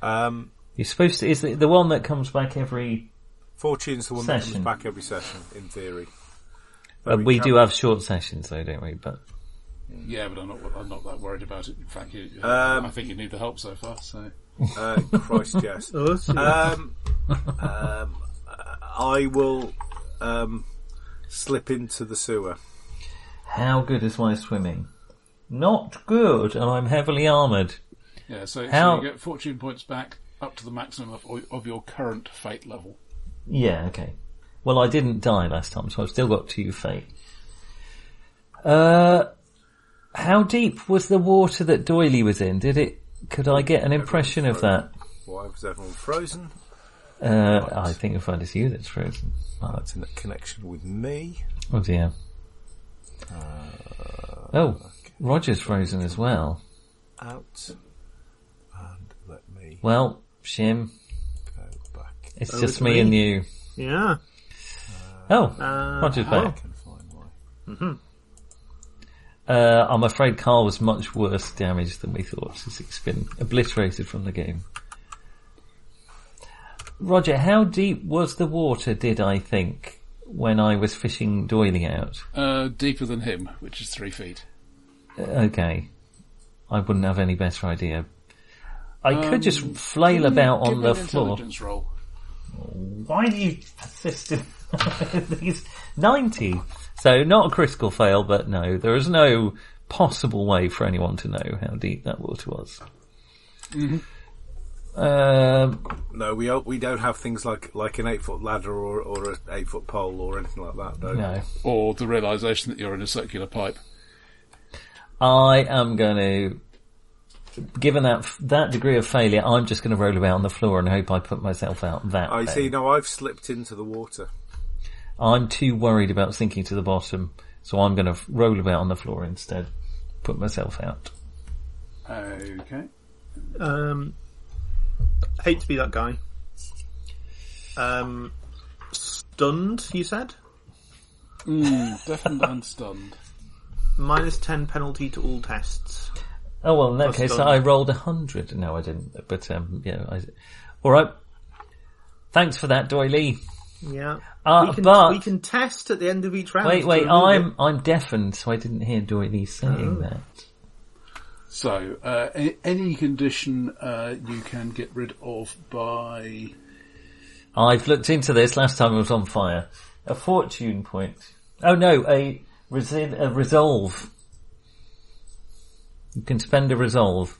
Um,
you're supposed to, is it the one that comes back every,
Fortune's the one that
Session.
comes back every session, in theory.
uh,
we
we
can-
do have short sessions though, don't we? But
yeah, but I'm not. I'm not that worried about it. In fact, you,
Um,
I think you need the help so far. So
Uh, Christ, yes.
Oh, that's-
Um, um, I will um, slip into the sewer.
How good is my swimming? Not good, and I'm heavily armoured.
yeah, so, so
How-
you get fortune points back up to the maximum of, of your current fate level.
Yeah, okay. Well, I didn't die last time, so I've still got two fate. Uh, how deep was the water that Doily was in? Did it? Could I get an impression of that?
Why was everyone frozen?
Uh, I think if I just you that's frozen. Oh,
That's in connection with me.
oh dear. Oh, Roger's frozen as well.
Out. And let me
Well, Shim,
go back.
it's
Oh,
just
it's
me,
me.
and you.
yeah.
Oh,
Uh,
Roger's
I
back.
can find my.
Uh, I'm afraid Carl was much worse damaged than we thought since he's been obliterated from the game. Roger, how deep was the water, did I think, when I was fishing doily out?
Uh, deeper than him, which is three feet.
Uh, Okay. I wouldn't have any better idea. I could just flail about
Give
on
me
the
an
floor.
intelligence roll.
Why do you persist in these 90? So not a critical fail, but no, there is no possible way for anyone to know how deep that water was. Um,
No, we don't, we don't have things like like an eight foot ladder or or an eight foot pole or anything like that. No.
no.
or the realization that you're in a circular pipe.
I am going to, given that that degree of failure, I'm just going to roll about on the floor and hope I put myself out that
I
way.
see. No, I've slipped into the water.
I'm too worried about sinking to the bottom, so I'm going to roll about on the floor instead. Put myself out.
Okay.
Um, hate to be that guy. Um, stunned, you said?
Deafened and stunned.
Minus 10 penalty to all tests.
Oh well, in that
That's
case,
done.
I rolled a hundred. No, I didn't. But um, yeah, I, All right. Thanks for that, Doy Lee.
Yeah.
Uh,
we, can,
but-
we can test at the end of each round.
Wait,
to
wait,
remove
I'm
it.
I'm deafened, so I didn't hear Doy Lee saying that.
So, uh, a- any condition uh, you can get rid of by
I've looked into this. Last time I was on fire. A fortune point. Oh no, a, resi- a resolve. You can spend a resolve.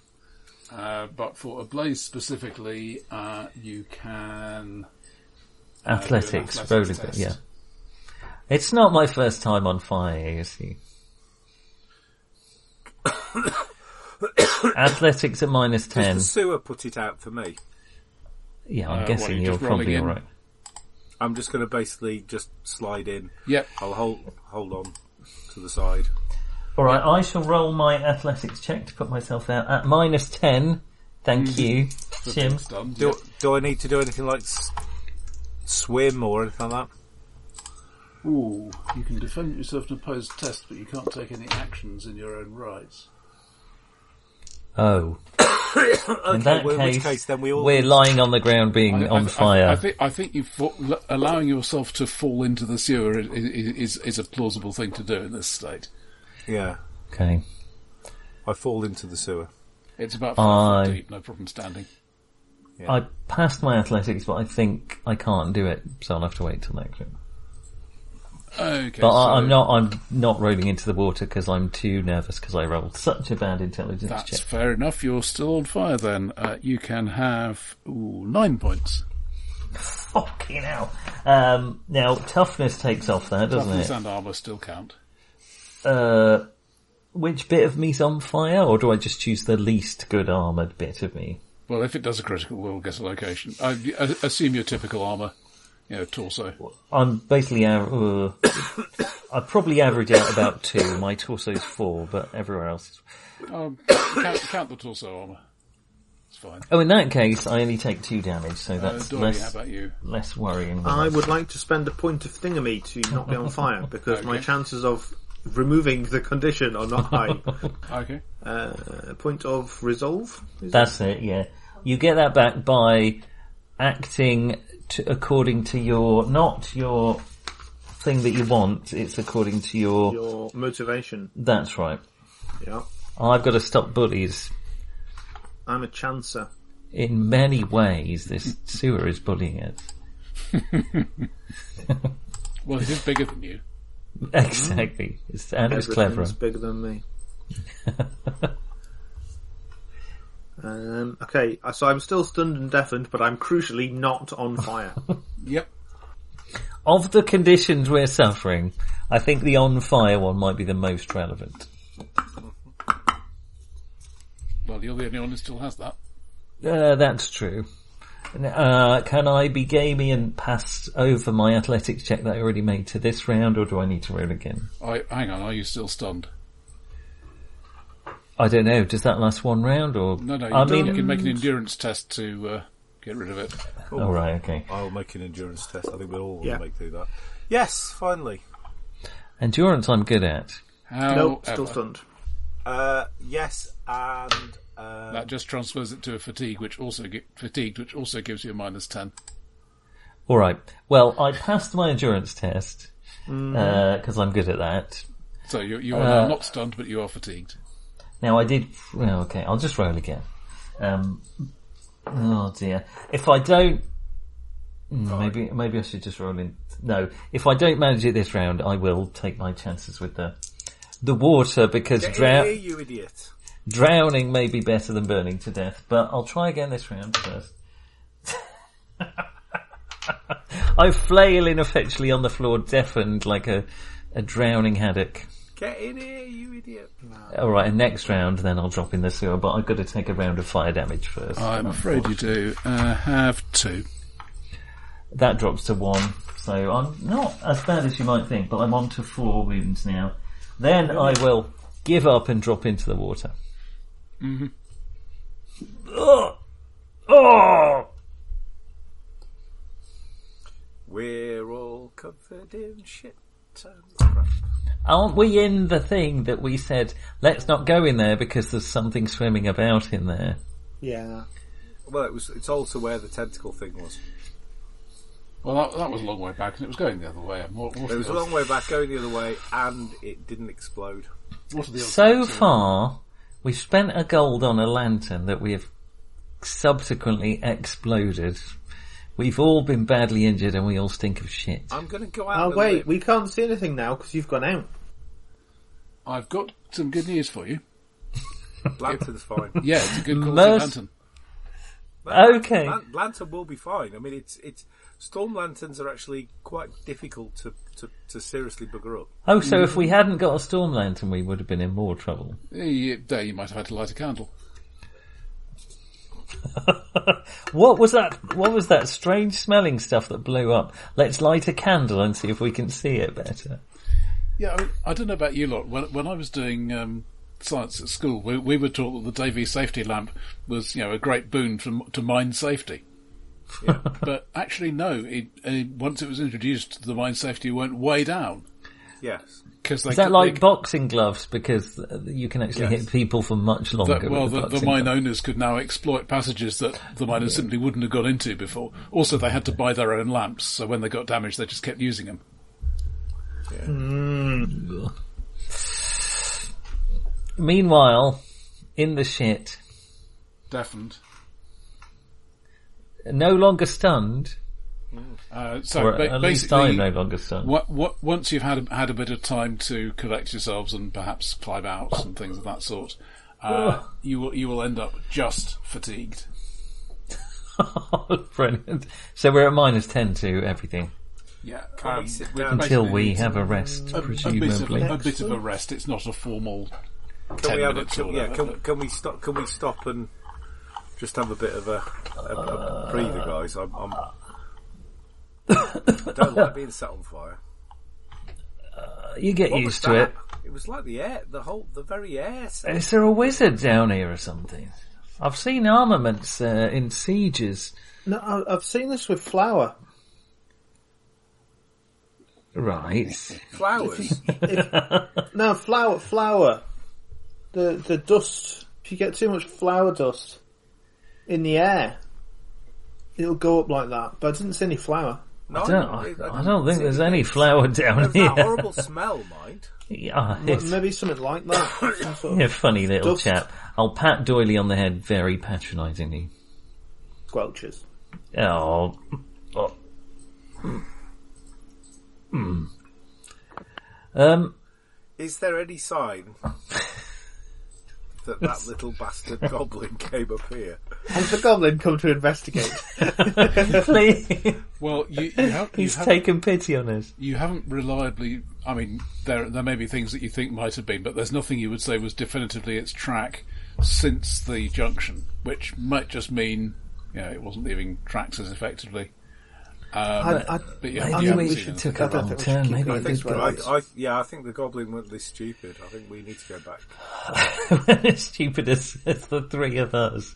Uh, but for a blaze specifically, uh, you can.
Athletics,
athletics
roller
test.
yeah. It's not my first time on fire, you see. Athletics at minus
Does
ten.
the sewer put it out for me?
Yeah,
Uh,
I'm
what,
guessing
you're
you're
just rolling
probably
in?
alright.
I'm just going to basically just slide in.
Yep.
I'll hold hold on to the side.
Alright, I shall roll my athletics check to put myself out at minus ten. Thank
Hmm.
you, Jim.
It's done.
Do
Yep.
do I need to do anything like s- swim or anything like that?
Ooh, you can defend yourself in an opposed test, but you can't take any actions in your own rights.
Oh. In that
well, in
case,
which case then we all-
are lying on the ground being
I-
on
I-
fire.
I, I think I think you fa- l- allowing yourself to fall into the sewer i- i- is, is a plausible thing to do in this state.
Yeah.
okay.
I fall into the sewer.
It's about five
Aye.
foot deep, no problem standing.
I passed my athletics, but I think I can't do it, so I'll have to wait till next week.
Okay,
But
so
I, I'm not. I'm not rolling into the water because I'm too nervous because I rolled such a bad intelligence
That's
check.
fair enough. You're still on fire. Then uh, you can have ooh, nine points.
Fucking hell! Um, now toughness takes off that, doesn't
Toughness
it?
and armor still count.
Uh, which bit of me's on fire, or do I just choose the least good armored bit of me?
Well, if it does a critical, we'll get a location. I, I assume your typical armor, you know, torso.
I'm basically. av- Uh, I probably average out about two. My torso's four, but everywhere else is
Um, count, count the torso armor. It's fine.
Oh, in that case, I only take two damage, so
Uh,
that's
Dory, how
less
about you?
less worrying.
I would like to spend a point of thingamy to not be on fire because my
Okay.
chances of removing the condition are not high.
Okay.
uh, a point of resolve. is
That's it. Yeah, you get that back by acting to, according to your not your thing that you want. It's according to your.
your motivation.
That's right.
Yeah,
I've got to stop bullies
I'm a chancer.
in many ways. This sewer is bullying us.
Well, it is bigger than you.
Exactly, it's, and it's cleverer.
Everything's bigger than me. um, okay, uh, so I'm still stunned and deafened, but I'm crucially not on fire.
Yep.
Of the conditions we're suffering, I think the on fire one might be the most relevant.
Well, you're the only one who still has that.
Uh, that's true. N- Uh, can I be gamey and pass over my athletics check that I already made to this round, or do I need to roll again?
I, hang on, are you still stunned?
I don't know. Does that last one round, or
No, no, you,
I
you
mean,
can make an endurance test to uh, get rid of it.
all right, okay.
I'll make an endurance test. I think we'll all
Yeah.
make do that. Yes, finally.
Endurance, I'm good at.
How,
nope, still stunned.
Uh, yes, and uh,
That just transfers it to a fatigue, which also gi- fatigued, which also gives you a minus ten.
All right. Well, I passed my endurance test because I'm good at that.
So you, you are now not stunned, but you are fatigued.
Now I did. Well, okay, I'll just roll again. Um, oh dear. If I don't, Hmm, maybe maybe I should just roll in. No, if I don't manage it this round, I will take my chances with the the water because
get in here,
drow-
you idiot.
drowning may be better than burning to death. But I'll try again this round first. I flail ineffectually on the floor, deafened like a a drowning haddock.
Get in here, you idiot.
All right, and next round, then I'll drop in the sewer, but I've got to take a round of fire damage first.
I'm afraid you do uh, have two.
That drops to one, so I'm not as bad as you might think, but I'm on to four wounds now. Then I will give up and drop into the water. Mm-hmm. Oh,
We're all covered in shit and crap.
aren't we in the thing that we said? Let's not go in there because there's something swimming about in there.
Yeah.
Well, it was. It's also where the tentacle thing was.
Well, that, that was a long way back, and it was going the other way. And what, what
It was a long way back, going the other way, and it didn't explode.
What are the
So
alternatives?
far, we've spent a gold on a lantern that we have subsequently exploded. We've all been badly injured and we all stink of shit.
I'm going to go out.
Oh
on a
wait,
limb.
we can't see anything now because you've gone out.
I've got some good news for you.
Lantern's fine.
Yeah, it's a good quality
Most-
lantern.
Okay.
Lan- lantern will be fine. I mean, it's it's storm lanterns are actually quite difficult to to, to seriously bugger up.
Oh, so if we hadn't got a storm lantern, we would have been in more trouble.
Yeah, You, there, you might have had to light a candle.
What was that? What was that strange smelling stuff that blew up? Let's light a candle and see if we can see it better.
Yeah, I, mean, I don't know about you lot. When, when I was doing um, science at school, we, we were taught that the Davies safety lamp was, you know, a great boon from, to mine safety. but actually, no. It, uh, once it was introduced, the mine safety went way down
Yes.
because they
Is that
could-
like
they-
boxing gloves? Because uh, you can actually hit people for much longer.
that, well,
with
the, the
boxing
mine
glove.
owners could now exploit passages that the miners simply wouldn't have gone into before. Also, they had to buy their own lamps, so when they got damaged, they just kept using them.
Meanwhile, in the shit,
Deafened.
no longer stunned,
Uh, so
or
ba-
at least
basically,
I'm no longer stunned.
What, what, once you've had had a bit of time to collect yourselves and perhaps climb out and things of that sort, uh, you will you will end up just fatigued.
Brilliant. So we're at minus ten to everything
Yeah,
Can't we sit down?
until
basically
we
need
have a rest,
a, a bit of,
presumably.
a bit of a rest. It's not a formal.
Can
10
we have a,
minutes
can,
or
yeah?
whatever.
Can, can we stop? Can we stop and just have a bit of a, a, a breather, guys? I'm, I'm I don't like being set on fire.
you get
What
used
was
to it.
that? It was like the air, the whole, the very air. set.
Is there a wizard down here or something? I've seen armaments uh, in sieges.
No, I, I've seen this with flour.
Right.
Flowers.
No, flour, flour. The the dust. If you get too much flour dust in the air, it'll go up like that. But I didn't see any flour.
No,
I don't, I,
it-
I
didn't
don't think
see
there's
it.
any flour down
There's that
here.
horrible smell, mind.
Yeah,
Well,
it's-
maybe something like that. Some sort of
yeah, funny little
Dust.
chap. I'll pat Doily on the head very patronisingly.
squelches.
Oh. oh. Hmm. Um,
Is there any sign that that little bastard goblin came up here?
Has the goblin come to investigate?
please.
Well, you, you have you
He's
have
taken pity on us.
you haven't reliably. I mean, there there may be things that you think might have been, but there's nothing you would say was definitively its track since the junction, which might just mean you know it wasn't leaving tracks as effectively. Um,
I, I,
but you,
Maybe
you
we
haven't seen
should
anything.
took a
I don't
wrong
think we should
turn.
keep
Maybe
going
it
this
did
way.
go
I, I, yeah, I think the goblin went this stupid. I think we need to go back.
as stupid as, as the three of us.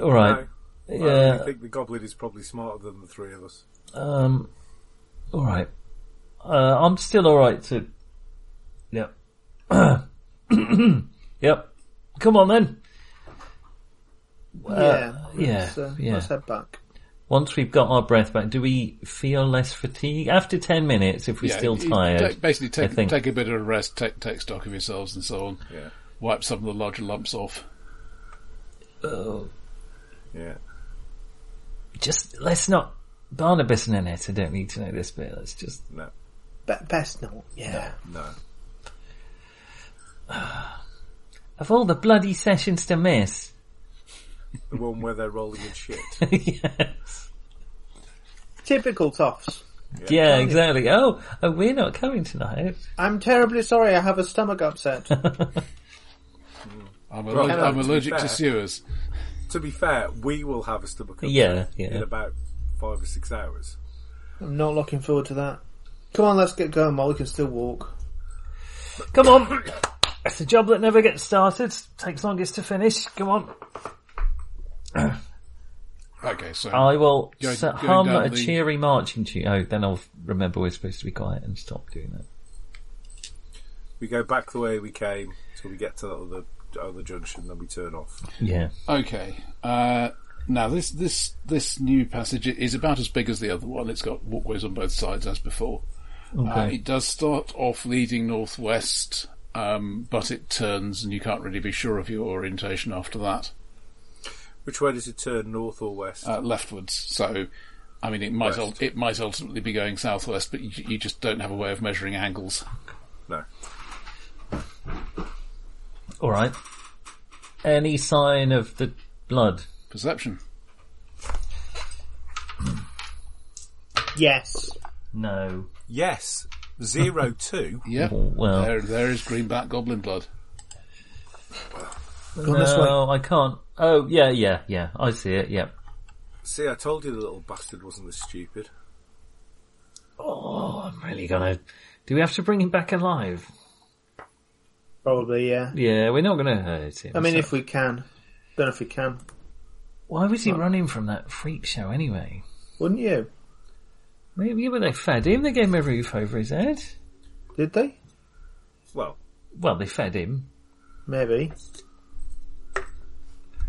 All right.
No, I really
yeah.
think the goblin is probably smarter than the three of us.
Um. All right. Uh, I'm still all right to. Yep. yep. Come on then.
Uh, yeah,
yeah,
Let's, uh,
yeah.
let's head back.
Once we've got our breath back, do we feel less fatigue after ten minutes? If we're
Yeah,
still
you-
tired,
take- basically, take
think.
take a bit of rest, take take stock of yourselves, and so on.
Yeah,
Wipe some of the larger lumps off.
Oh,
yeah.
just let's not. Barnabas and Annette, I don't need to know this bit. Let's just
No,
Be- best not. Yeah.
no.
of all the bloody sessions to miss.
The one where they're rolling in shit.
yes.
Typical toffs.
Yeah, exactly. Oh, oh, we're not coming tonight.
I'm terribly sorry. I have a stomach upset.
I'm,
Well,
allergic, I'm
to be
allergic to
fair-
sewers.
to be fair, we will have a stomach upset
Yeah, yeah.
in about five or six hours.
I'm not looking forward to that. Come on, let's get going while we can still walk.
Come on. It's a job that never gets started. Takes longest to finish. Come on.
Okay, so
I will
Go-
s-
go
hum
down
a
the-
cheery marching tune. Oh, then I'll remember we're supposed to be quiet and stop doing that.
We go back the way we came till we get to that other other junction, then we turn off.
Yeah.
Okay. Uh, now this this this new passage is about as big as the other one. It's got walkways on both sides as before. Uh,
Okay.
it does start off leading northwest, um, but it turns, and you can't really be sure of your orientation after that
Which way does it turn, north or west?
uh, leftwards. So, I mean, it might ul-
West.
it might ultimately be going southwest, but you, you just don't have a way of measuring angles.
no.
All right. Any sign of the blood?
Perception.
Yes.
No.
Yes, zero two.
Yeah.
Well.
There, there is greenback goblin blood.
Gone this way.
no, I can't. Oh, yeah, yeah, yeah. I see it. Yep.
See, I told you the little bastard wasn't as stupid.
Oh, I'm really gonna. Do we have to bring him back alive?
Probably, yeah.
Yeah, we're not gonna hurt him.
I mean,
so-
if we can. Don't know if we can.
why was he running from that freak show anyway?
Wouldn't you?
Maybe when they fed him, they gave him a roof over his head.
Did they?
Well,
Well, they fed him.
Maybe.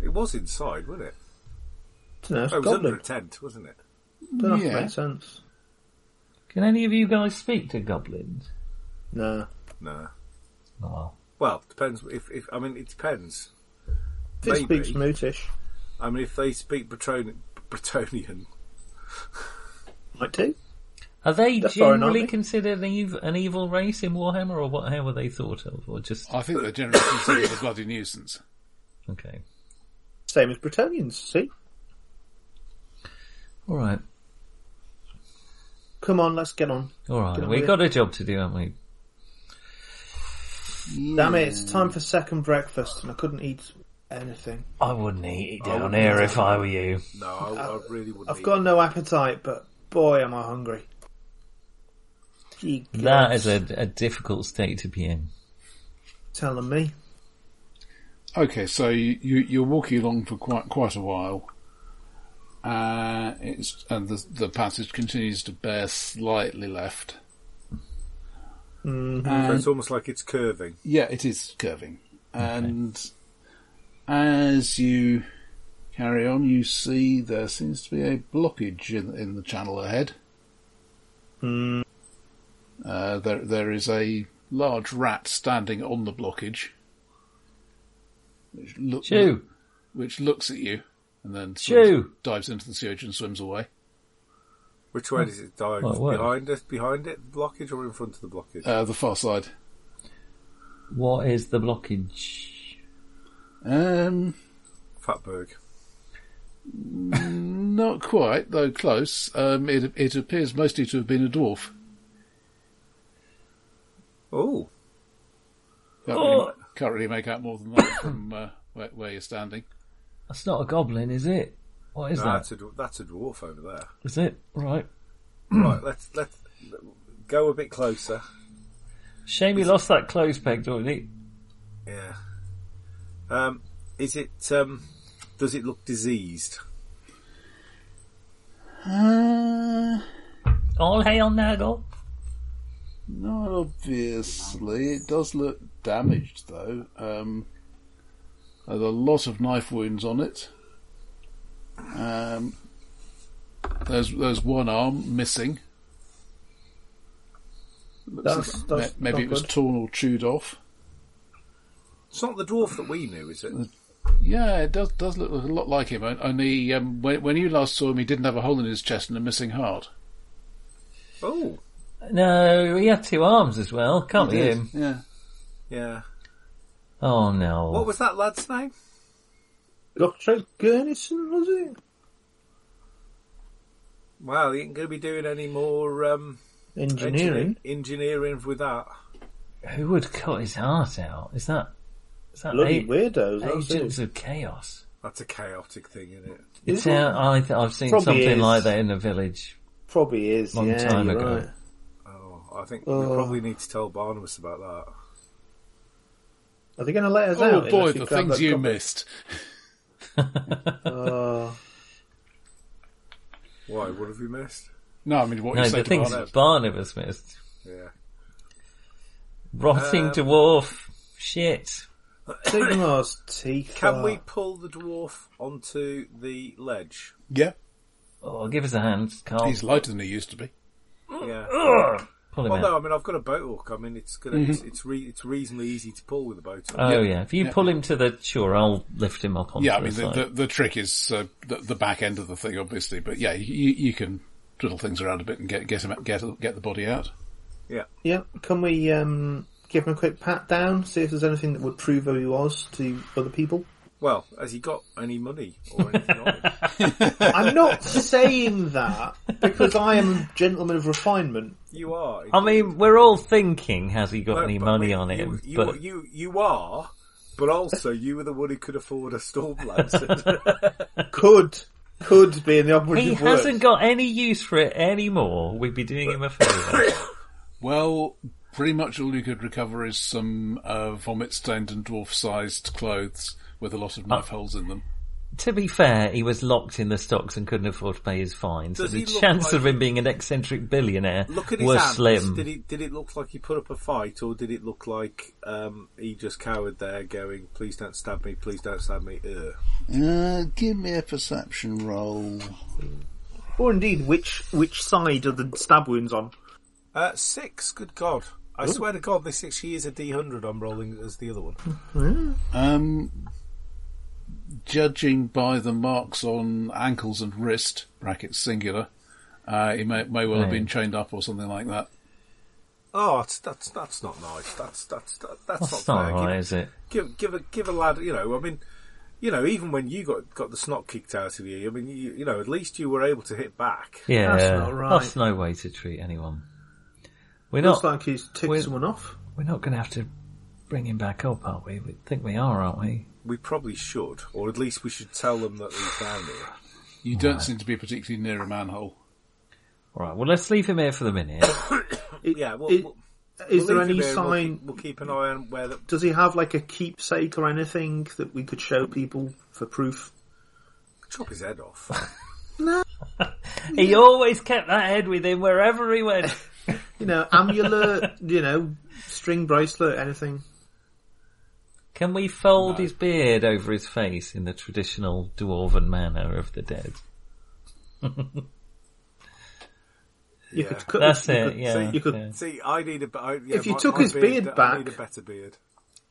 it was inside, wasn't it?
Don't know. It's
Oh, it was under
goblin.
a tent, wasn't it?
Don't know if it
Yeah.
makes sense.
Can any of you guys speak to goblins?
No.
No.
Oh, well.
Well, depends. If, if I mean, it depends.
If it
Maybe.
speaks mootish.
I mean, if they speak Bretonian, Bretonian
Might do.
Are they
They're foreign, aren't
generally
they?
considered an evil, an evil race in Warhammer, or what? How were they thought of, or just
I think they're generally considered a bloody nuisance.
okay?
Same as Bretonians, see?
All right,
Come on, let's get on.
all right.
Can
We've
we-
got a job to do, haven't we?
Damn it, it's time for second breakfast and I couldn't eat anything.
I wouldn't eat it down here if I were you.
No, I, I really wouldn't.
I've
eat
got
it.
no appetite, but boy am I hungry. Gee,
That is a, a difficult state to be in.
telling me.
Okay, so you, you you're walking along for quite quite a while. Uh, it's and the the passage continues to bear slightly left.
So it's almost like it's curving.
Yeah, it is curving, and as you carry on, you see there seems to be a blockage in in the channel ahead. Uh, there there is a large rat standing on the blockage, which looks
Chew,
which looks at you and then swims-
chew.
dives into the sea urchin and swims away.
Which way does it die?
Well, it works.
behind us, behind it, blockage, or in front of the blockage?
Uh, the far side.
What is the blockage?
Um,
Fatberg.
not quite, though close. Um, it, it appears mostly to have been a dwarf.
Oh,
Can't,
Oh.
really, can't really make out more than that from uh, where, where you're standing.
That's not a goblin, is it? What is
no,
that?
that's a dw- that's a dwarf over there.
Is it right?
right, let's let's go a bit closer.
Shame he lost that clothes peg, didn't he?
Yeah. Um, is it? Um, does it look diseased?
Uh,
All hail Nagel.
not obviously. It does look damaged, though. Um, there's a lot of knife wounds on it. Um, there's there's one arm missing. Looks
That's-
like
that's
maybe
not
it was
good.
torn or chewed off.
It's not the dwarf that we knew, is it?
Yeah, it does does look a lot like him. on- Only um, when when you last saw him, he didn't have a hole in his chest and a missing heart.
Oh,
No, he had two arms as well. Can't be
Yes,
him.
Yeah.
yeah.
Oh no.
What was that lad's name?
Dr. Gurnison, was it?
Wow, he ain't going to be doing any more um,
Engineering.
engineer- engineering with that.
Who would cut his heart out? Is that? Is that
Bloody
a-
weirdos, that's
Agents
it.
of Chaos?
That's a chaotic thing, isn't it?
It's uh, out, I th- I've seen
Probably
something
is.
like that in a village.
Probably is,
Long
yeah,
time
you're
ago.
right.
Oh, I think we
Oh.
probably need to tell Barnabas about that.
Are they going to let us out?
Oh boy,
unless we
the
grab
things
that
you
copy?
missed.
Oh,
Why? What have we missed?
No, I mean what
No,
you
the
said
things
about
Barnabas.
Barnabas missed.
Yeah.
Rotting
Um,
dwarf. Shit.
Take the last teeth.
Can
out.
we pull the dwarf onto the ledge?
Yeah,
Oh, give us a hand, Carl.
he's lighter than he used to be.
Yeah.
Pull him
Well,
out.
no, I mean I've got a boat hook. I mean it's gonna it's it's, re- it's reasonably easy to pull with a boat hook.
Oh yeah, if you pull him to the shore, I'll lift him up onto
Yeah, I mean
the
the,
side.
the, the trick is uh, the, the back end of the thing, obviously. But yeah, you, you can twiddle things around a bit and get get him get get the body out.
yeah.
Yeah, can we um, give him a quick pat down? See if there's anything that would prove who he was to other people.
Well, has he got any money or anything? on him?
I'm not saying that because I am a gentleman of refinement.
You are.
I mean, we're all thinking, has he got
No,
any
but
money
we-
on
you-
him?
You,
but
you you are, but also you were the one who could afford a storm lance.
Could could be in the operative
he
word.
hasn't got any use for it anymore. We'd be doing him a favour.
Well, pretty much all you could recover is some uh, vomit stained and dwarf sized clothes with a lot of
Uh,
knife holes in them.
to be fair, he was locked in the stocks and couldn't afford to pay his fine, so
Does
the
he look
chance
like-
of him being an eccentric billionaire
Look at his
was
hands.
slim.
Did it did it look like he put up a fight, or did it look like um, he just cowered there, going, "Please don't stab me, please don't stab me"? Ugh.
Uh, give me a perception roll.
Or indeed, which which side are the stab wounds on?
Uh, six. Good God! I swear to God, this actually is a D hundred. I'm rolling as the other one.
Um, judging by the marks on ankles and wrist (brackets singular), uh, he may, may well have been
Right.
chained up or something like that.
Oh, that's that's, that's not nice. That's that's that, that's,
That's
not
not
fair.
right,
Give-
is it?
give give a give a lad you know i mean you know even when you got got the snot kicked out of you i mean you, you know at least you were able to hit back
Yeah,
not right.
that's no way to treat anyone. We're
Looks
not.
like he's ticked
Well-
someone off.
We're not going to have to bring him back up, are we? We think we are, aren't we?
we probably should or at least we should tell them that he's down here
You don't seem to be particularly near a manhole.
All right. Well, let's leave him here for the minute.
It-
yeah well,
it-
we'll-
is
we'll
there
leave him
any
here and we'll
sign?
keep, we'll keep an eye on where the
Does he have like a keepsake or anything that we could show people for proof?
chop his head off
he always kept that head with him wherever he went.
You know, amulet, you know, string bracelet, anything.
Can we fold his beard over his face in the traditional dwarven manner of the dead?
You
Yeah.
could cut.
That's
you
it.
could-
yeah,
you could-
yeah.
see i need a be- I, yeah,
If you
my-
took
my
his beard
i need a
back-
better beard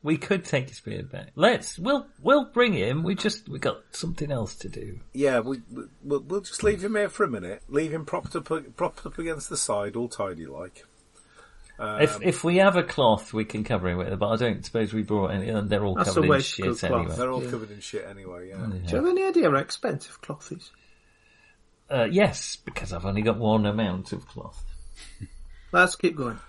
We could take his beard back. Let's. We'll. We'll bring him. We just. We got something else to do.
yeah we, we- we'll, we'll just leave him here for a minute leave him propped up propped up against the side all tidy like
if if we have a cloth, we can cover him with it. But I don't suppose we brought any. and They're all
That's
covered
a
in
waste of
shit
cloth.
anyway.
they're all covered in shit anyway yeah
Do you have any idea how expensive cloth is?
Uh, yes, because I've only got one amount of cloth.
Let's keep going.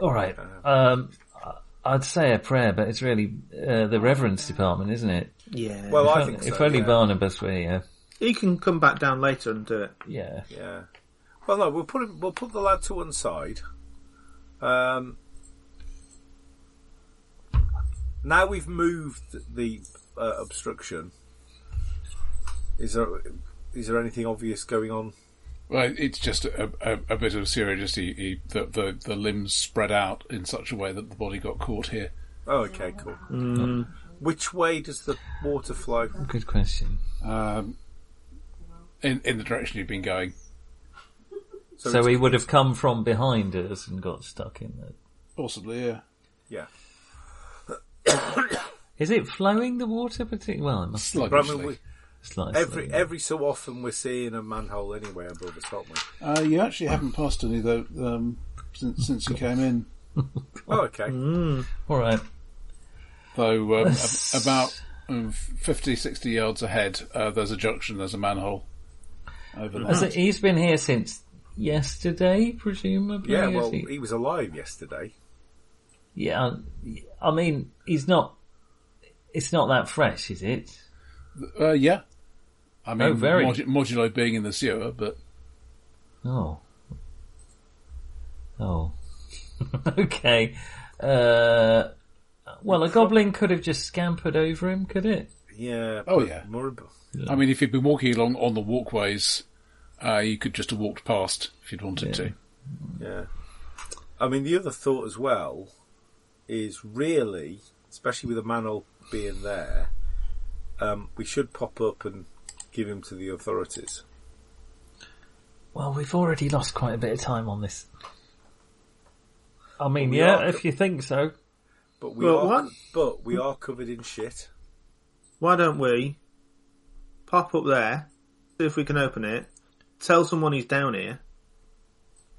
All right. Um, I- I'd say a prayer, but it's really uh, the reverence department, isn't it?
Yeah.
well i
If
think
only- if
so,
only
yeah.
Barnabas were here.
he can come back down later and do it.
Yeah.
Yeah. Well, no, we'll put him, we'll put the lad to one side. Um. Now we've moved the uh, obstruction. Is there is there anything obvious going on?
Well, it's just a, a, a bit of serious. Just he, he, the, the the limbs spread out in such a way that the body got caught here.
Oh, okay, cool. Which way does the water flow?
Good question.
um, in in the direction you've been going.
So,
So
it's-
he would have come from behind us and got stuck in there.
Possibly, yeah.
yeah,
Is it flowing the water particularly? Well, it must
but I mean,
Sluggishly.
we,
slightly.
every every so often we're seeing a manhole anyway above us, aren't we?
Uh, you actually haven't passed any though um, since since you came in.
Oh, okay.
All right.
Though um, a- about um, 50, 60 yards ahead, uh, there's a junction. There's a manhole over there.
So he's been here since yesterday, presumably.
Yeah,
is
well,
he?
he was alive yesterday.
yeah. I mean, he's not. It's not that fresh, is it?
Uh, yeah, I mean,
Mm-hmm. Oh, very.
modu- modulo being in the sewer, but
Oh. Oh. okay. Uh, well, a goblin could have just scampered over him, could it?
Yeah.
Oh,
but
yeah.
More,
I mean, if you'd been walking along on the walkways, uh, you could just have walked past if you'd wanted to.
Yeah. I mean, the other thought as well is really, especially with a manhole being there, um, we should pop up and give him to the authorities.
Well, we've already lost quite a bit of time on this. I mean,
we
yeah,
are-
if you think so.
But we
But
are,
what?
but we are covered in shit.
Why don't we pop up there, see if we can open it, tell someone he's down here,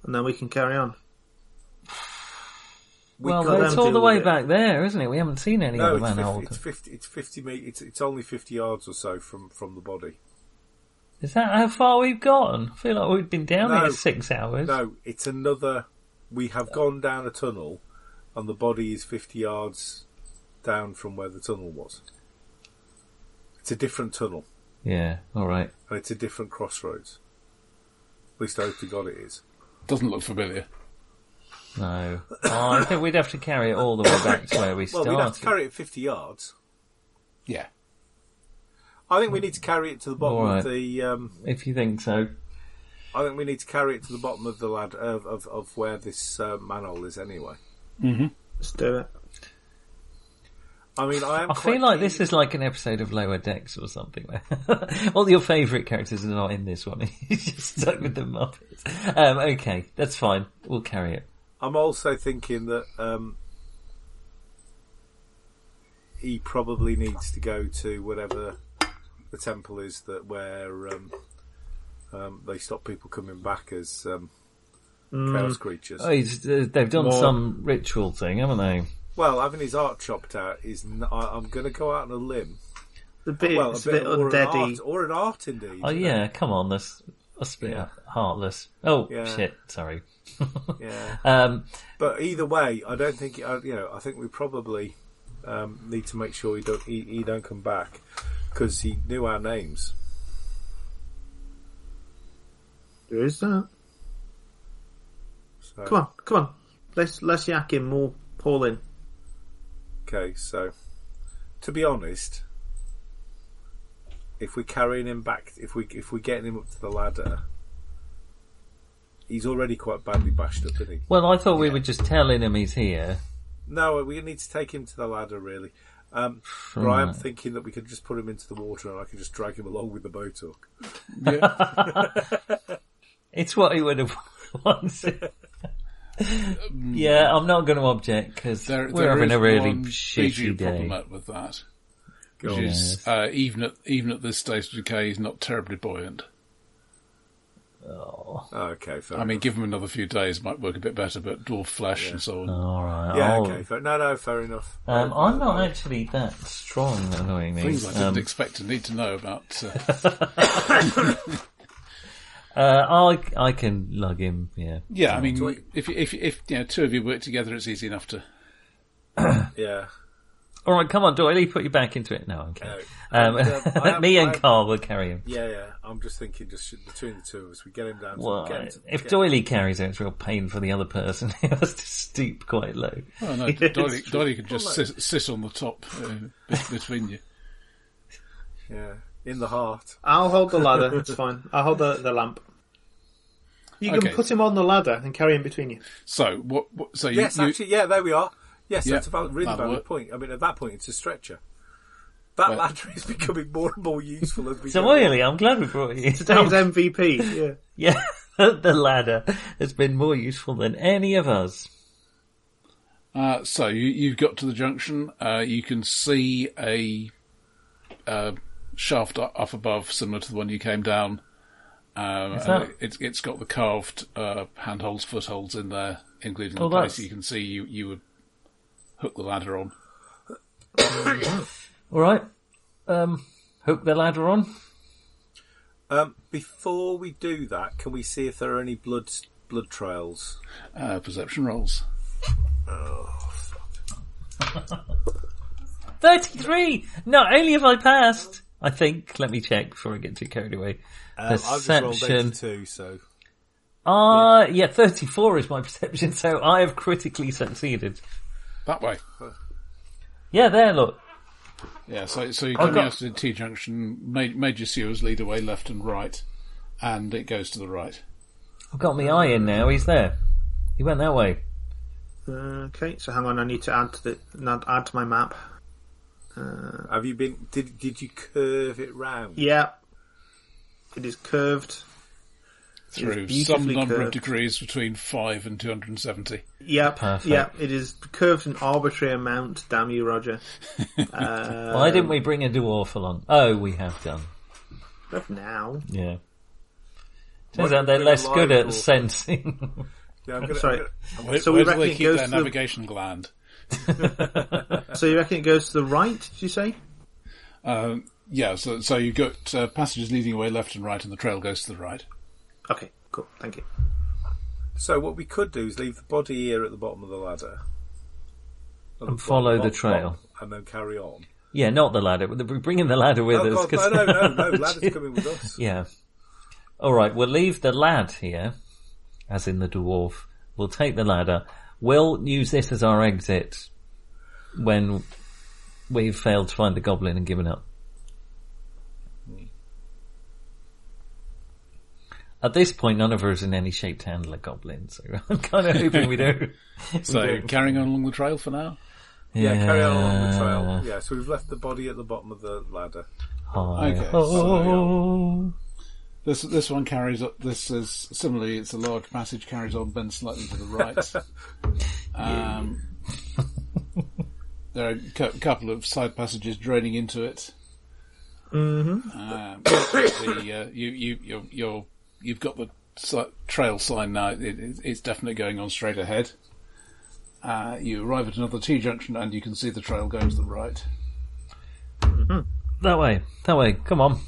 and then we can carry on.
We
well,
got
but
them
it's
to
all the
deal
way
with it.
back there, isn't it? We haven't seen any other
No, it's
manhole.
50, it's fifty. It's fifty. me- It's it's only fifty yards or so from from the body.
Is that how far we've gone? I feel like we've been down
No.
here six hours.
No, it's another. We have gone down a tunnel, and the body is fifty yards down from where the tunnel was. It's a different tunnel,
Yeah, all right.
and it's a different crossroads. At least I hope to God it is.
Doesn't look familiar.
No, Oh, I think we'd have to carry it all the way back to where we
Well,
started.
we'd have to carry it fifty yards.
Yeah.
I think we need to carry it to the bottom of
Alright.
the. Um,
If you think so,
I think we need to carry it to the bottom of the lad of of, of where this uh, manhole is. Anyway,
Let's do it.
I mean, I am.
I
quite
feel like
keen-
this is like an episode of Lower Decks or something. All your favourite characters are not in this one. You're just stuck with the Muppets. Um, okay, that's fine. We'll carry it.
I'm also thinking that um, he probably needs to go to whatever the temple is that where um, um, they stop people coming back as um, chaos creatures.
Oh, he's, uh, they've done
More-
some ritual thing, haven't they?
Well, having his art chopped out is. N- I, am going to go out on a limb.
It's a bit,
well,
it's a bit
or an
undeady.
art, or an art indeed.
Oh yeah, come on, let's let's be
Yeah.
heartless. Oh
Yeah.
shit, sorry.
yeah.
Um,
But either way, I don't think I- you know. I think we probably um, need to make sure he don't he, he don't come back because he knew our names.
There is that.
So,
Come on, come on. Let's let's yak him more, Paul in.
Okay, so to be honest, if we're carrying him back, if we if we're getting him up to the ladder, he's already quite badly bashed up, isn't he?
well, I thought we were just telling him he's here.
No, we need to take him to the ladder really. Um, But I am
Right.
thinking that we could just put him into the water and I can just drag him along with the boat hook.
Yeah.
It's what he would have wanted. yeah, I'm not going to object because
There,
we're
there
having
is
a really
one big
shitty
problem
day.
out with that,
Go
which
on.
is uh, even at even at this stage of decay, he's not terribly buoyant.
Oh, Okay, fair
I mean, give him another few days, might work a bit better, but dwarf flesh and so on.
All right.
Yeah,
I'll-
oh.
okay. Fair, no, no, fair enough.
Um,
Uh,
I'm
uh,
not actually that strong, annoyingly.
Things I didn't
Um,
expect to need to know about. Uh,
uh, I I can lug him. Yeah.
yeah, I mean,
do we-
if if if you know, two of you work together, it's easy enough to.
Yeah.
All right, come on, Doily, put you back into it. No, I'm kidding.
No.
Um,
And, um, I am-
me
I
and
am-
Carl will carry him.
Yeah, yeah. I'm just thinking, just sh- between the two of us, we get him down. To,
Well,
get him to-
if
get-
Doily carries it, it's real pain for the other person who has to stoop quite low.
Oh no,
Yes,
Dolly,
true.
Dolly could just sit, sit on the top uh, be- between you.
yeah, in the heart.
I'll hold the ladder. it's fine. I'll hold the, the lamp. You can
Okay.
put him on the ladder and carry him between you.
So what? what so you,
Yes,
you
actually, yeah, there we are. Yes,
Yeah,
that's a valid, really
that'll
valid
work.
point. I mean, at that point, it's a stretcher. That
Well-
ladder is becoming more and more useful as we
So,
go.
Doily, I'm glad we brought you.
Dave's MVP. Yeah.
Yeah, the ladder has been more useful than any of us.
Uh, so you, you've got to the junction. Uh, you can see a uh, shaft u- up above, similar to the one you came down. Um,
Is
and
that-
it- it's it's got the carved uh, handholds, footholds in there, including
Oh,
the place
that's-
you can see you you would hook the ladder on.
All right, um, hook the ladder on.
Um, before we do that, can we see if there are any blood blood trails?
Uh, perception rolls.
Thirty-three. Not only have I passed, I think. Let me check before I get too carried away.
Um, I've just rolled
Perception.
82, so
Ah, yeah, thirty-four is my perception, so I have critically succeeded.
That way.
Yeah, there. Look.
Yeah, so so you're coming
got-
out to the T junction, ma- major sewers lead away left and right, and it goes to the right.
I've got my eye in now. He's there. He went that way.
Okay, so hang on, I need to add to the not add to my map. Uh,
Have you been? Did did you curve it round?
yeah, it is curved.
through some
beautifully
number of
curved.
degrees between 5 and 270.
Yep,
Perfect.
yep, it is curved an arbitrary amount. Damn you, Roger. Uh,
Why didn't we bring a dwarf along? Oh, we have done.
Not now.
Yeah. Turns
What-
out they're
they're
less
alive
good
or-
at sensing.
Yeah, I'm gonna,
Sorry.
Where,
So
where
we
do
reckon
they
it
keep
goes
their
to the-
navigation gland? uh,
So you reckon it goes to the right? Did you say?
Um, yeah, so so you've got uh, passages leading away left and right, and the trail goes to the right.
Okay, cool. Thank you.
So what we could do is leave the body here at the bottom of the ladder At the
follow
bottom,
the
bottom,
trail.
bottom, and then carry on.
yeah, not the ladder. We're bringing the ladder with
Oh,
us.
God, no,
'cause-
no, no, no, ladder's coming with us.
Yeah. All right, we'll leave the lad here, as in the dwarf. We'll take the ladder. We'll use this as our exit when we've failed to find the goblin and given up. At this point, none of us are in any shape to handle a goblin, so I'm kind of hoping we do.
So carrying on along the trail for now.
Yeah, carry on along the trail. Yeah, so we've left the body at the bottom of the ladder.
Hi.
Okay, so-
Oh.
This this one carries up. This is similarly. It's a large passage carries on, bends slightly to the right. um, there are a cou- couple of side passages draining into it. Mm-hmm. the, uh, you you you're, you're you've got the si- trail sign now. It, it, it's definitely going on straight ahead. Uh, you arrive at another T junction and you can see the trail going to the right.
That way, that way. Come on.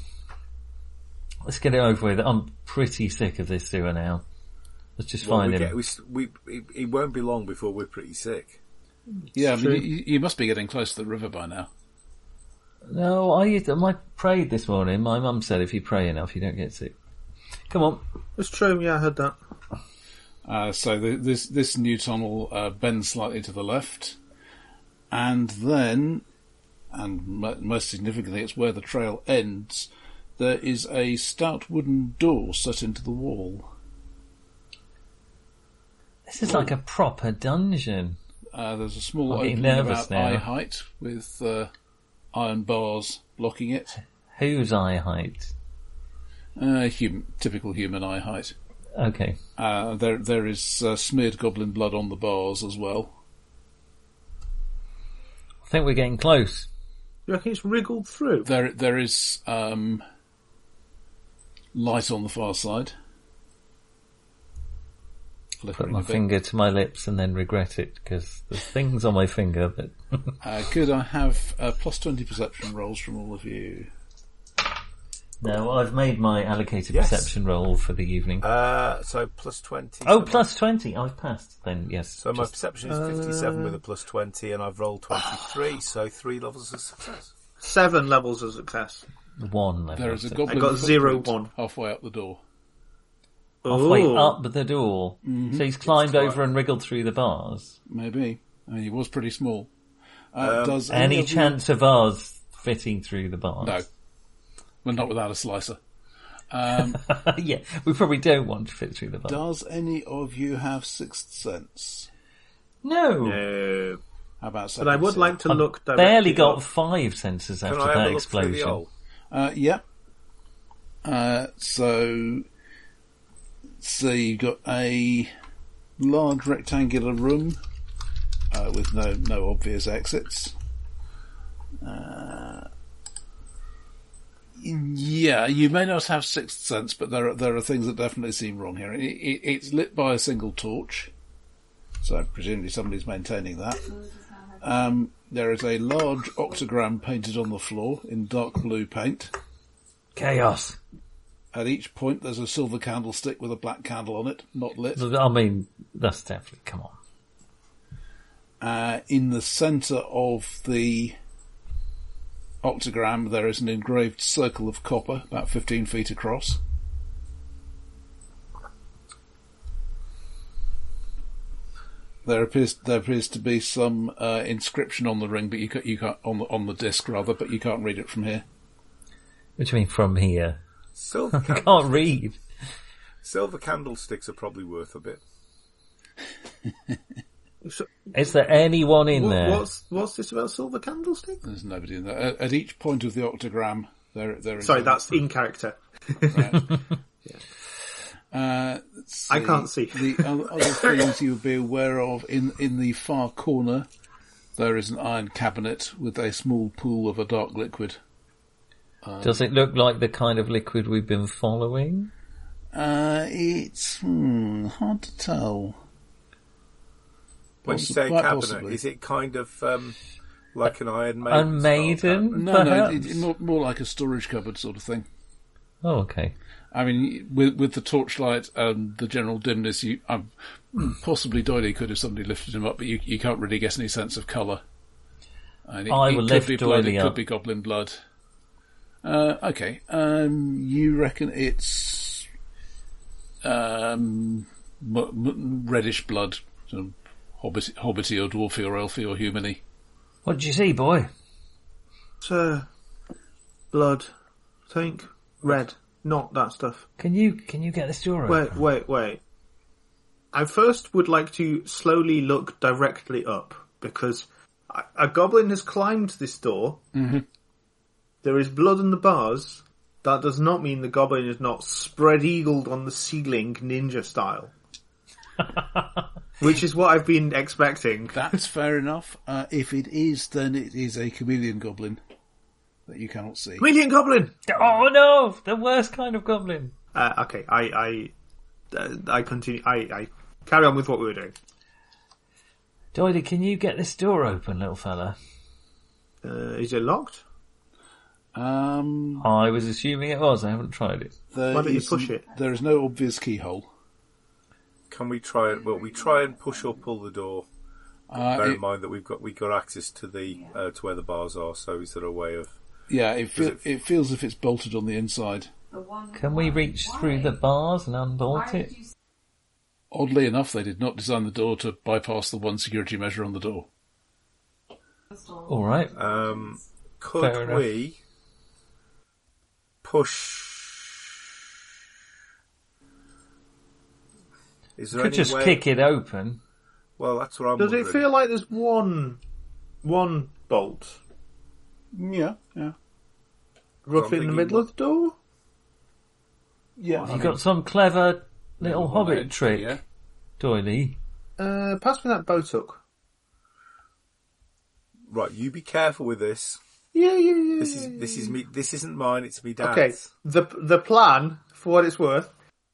Let's get it over with. I'm pretty sick of this sewer now. Let's just
Well,
find
we
him.
get- we s- we, it, it won't be long before we're pretty sick.
Yeah, I mean, you, you must be getting close to the river by now.
No, I used. I prayed this morning. My mum said if you pray enough, you don't get sick. Come on.
It's true. Yeah, I heard that.
Uh, so the, this this new tunnel uh, bends slightly to the left, and then, and mo- most significantly, it's where the trail ends. There is a stout wooden door set into the wall.
This is like a proper dungeon.
Uh, there's a small
I'm getting
opening
nervous
about
now.
eye height with uh, iron bars blocking it.
Whose eye height?
Uh, hum- typical human eye height.
Okay.
Uh, there there is uh, smeared goblin blood on the bars as well.
I think we're getting close.
You reckon it's wriggled through?
There there is um, light on the far side.
Put
Flickering
my
a bit.
finger to my lips and then regret it because there's things on my finger. But
Uh, could I have uh, plus twenty perception rolls from all of you?
no, I've made my allocated
Yes.
perception roll for the evening.
Uh, so plus 20.
oh,
so
plus twenty. I've passed. Then yes.
My, so my
just-
perception
uh,
is 57 with a plus 20, and I've rolled 23, so three levels of success.
Seven levels of success.
one level.
There is a goblin.
got zero
footprint
one.
halfway up the door.
Wait,
Ooh.
up the door.
Mm-hmm.
So he's climbed over and wriggled through the bars.
Maybe. I mean, he was pretty small. Uh,
Um,
does
Any
of you-
chance of ours fitting through the bars?
No. Well, not without a slicer. Um,
yeah, we probably don't want to fit through the bars.
does any of you have sixth sense?
No.
Uh,
No.
How about?
But I would
second
like to
I've
look directly.
barely got
up.
five sensors
Can
after
I have
that
a look through the
explosion.
hole?
Uh, yeah. Uh, so, so you've got a large rectangular room uh, with no no obvious exits. Uh, yeah, you may not have sixth sense, but there are, there are things that definitely seem wrong here. It, it, it's lit by a single torch, so presumably somebody's maintaining that. Um, there is a large octagram painted on the floor in dark blue paint.
Chaos.
At each point, there's a silver candlestick with a black candle on it, not lit.
I mean, that's definitely, come on.
Uh, in the centre of the octagram, there is an engraved circle of copper, about 15 feet across. There appears there appears to be some uh, inscription on the ring, but you can't, you can't on the on the disc rather, but you can't read it from here.
What do you mean from here?
Silver,
I
can-
can't read.
silver candlesticks are probably worth a bit.
So-
Is there anyone in
What-
there?
what's what's this about silver candlestick?
There's nobody in there. At, at each point of the octagram, there there is.
Sorry, that's in character.
Uh, let's
I can't see.
the o- other things you would be aware of in in the far corner. There is an iron cabinet with a small pool of a dark liquid.
Does it look like the kind of liquid we've been following?
Uh, it's hmm, hard to tell.
When you
Possi-
say
quite
cabinet,
possibly.
is it kind of um, like an Iron Maiden?
Iron Maiden?
No, no,
perhaps?
it, it- more, more like a storage cupboard sort of thing.
Oh, okay.
I mean, with with the torchlight and the general dimness, you um, possibly Doily could have somebody lifted him up, but you you can't really get any sense of colour. And
I will
could
lift
be blood,
Doily
It
up.
could be goblin blood. Uh, okay, um, you reckon it's um, m- m- reddish blood, sort of hobbit, hobbity or dwarfy or elfy or humany.
What did you see, boy?
Sir, uh, blood, think red, not that stuff.
Can you can you get this door open?
Wait, wait, wait. I first would like to slowly look directly up because a, a goblin has climbed this door. There is blood on the bars. That does not mean the goblin is not spread eagled on the ceiling ninja style. Which is what I've been expecting.
That's fair enough. Uh, if it is, then it is a chameleon goblin that you cannot see.
Chameleon goblin!
Oh no, the worst kind of goblin.
Uh, okay, I, I, uh, I continue, I, I carry on with what we were doing.
Doily, can you get this door open, little fella?
Uh, is it locked?
Um,
I was assuming it was. I haven't tried it.
there
Why don't you
is-
push it?
There is no obvious keyhole.
Can we try it? Well, we try and push or pull the door.
Uh,
Bear
it-
in mind that we've got we got access to the uh, to where the bars are. So is there a way of?
yeah, it, fe-
Is it-
it feels if it's bolted on the inside.
Can we reach through the bars and unbolt it?
Oddly enough, they did not design the door to bypass the one security measure on the door.
All right.
Um,
Fair
could
enough.
we push? Is there
Could
any
just
way?
kick it open.
Well, that's what I'm.
Does it
wondering.
feel like there's one, one bolt
Yeah, yeah,
roughly in the
thinking-
middle of the door?
yeah.
You got some clever little hobbit trick,
Yeah.
Doily.
Uh, pass me that bow hook.
Right, you be careful with this.
Yeah, yeah, yeah.
This
yeah,
is this is me. This isn't mine. It's me
yeah.
dad's.
okay. The the plan, for what it's worth,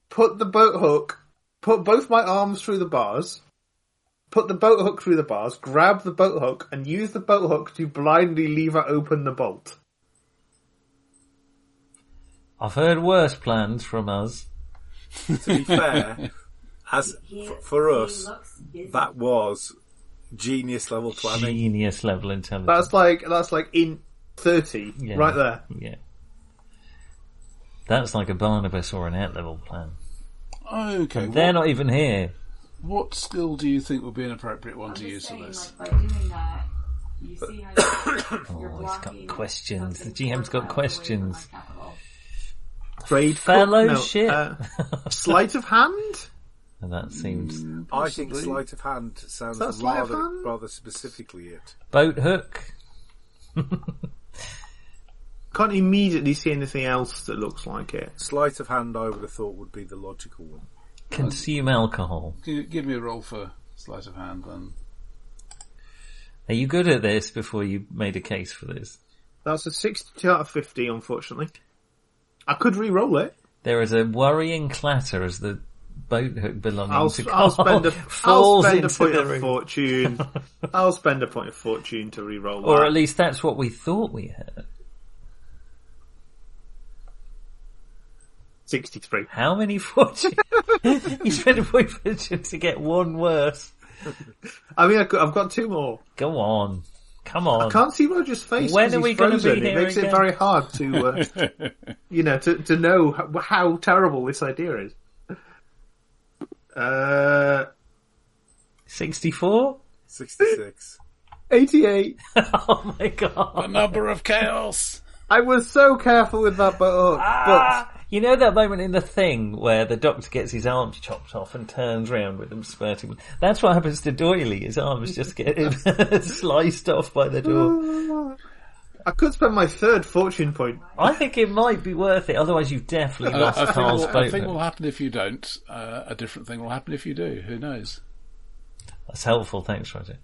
put the boat hook, put both my arms through the bars, put the boat hook through the bars, grab the boat hook, and use the boat hook to blindly lever open the bolt.
I've heard worse plans from us.
to be fair, as f- for us, that was genius level planning.
Genius level intelligence.
That's like that's like in thirty
Yeah.
right there.
Yeah. That's like a Barnabas or an out level plan.
Okay.
They're
What,
not even here.
what skill do you think would be an appropriate one
I'm
to use
just
for
saying,
this?
Like, by doing that, you see how you're
Oh, he's got
blocking
questions. The
something
GM's got
fortified away from my
questions.
capital.
Trade
Fellowship.
uh,
sleight of hand.
And that seems
I think sleight of hand sounds
Is that sleight of
rather
hand?
rather specifically it.
boat hook.
Can't immediately see anything else that looks like it.
Sleight of hand, I would have thought would be the logical one.
Consume alcohol.
Gi- Give me a roll for sleight of hand, then.
Are you good at this before you made a case for this?
That's a 62 out of 50, unfortunately. I could re-roll it.
There is a worrying clatter as the boat hook belonging
I'll,
to Carl
I'll spend a, I'll
falls
spend a
into
point
the
of
room.
fortune. I'll spend a point of fortune to re-roll
Or
that.
at least that's what we thought we had.
63.
How many fortune? you spent a point of fortune to get one worse.
I mean, I could, I've got two more.
Go on. Come on.
Can't see Roger's face.
When
'cause
are
he's
we gonna be
frozen. It
here
makes it
again?
very hard to, uh, you know, to, to know how, how terrible this idea is. Uh,
64?
Sixty-six.
88.
Oh my god.
number of chaos.
I was so careful with that boat hook,
Ah, You know that moment in the thing where the doctor gets his arms chopped off and turns round with them spurting. That's what happens to Doily. His arms just get sliced off by the door.
I could spend my third fortune point.
I think it might be worth it. Otherwise, you've definitely
I,
lost
Uh, I think
Carl's
will, I
boat.
think will happen if you don't. Uh, a different thing will happen if you do. Who knows?
That's helpful. Thanks, Roger.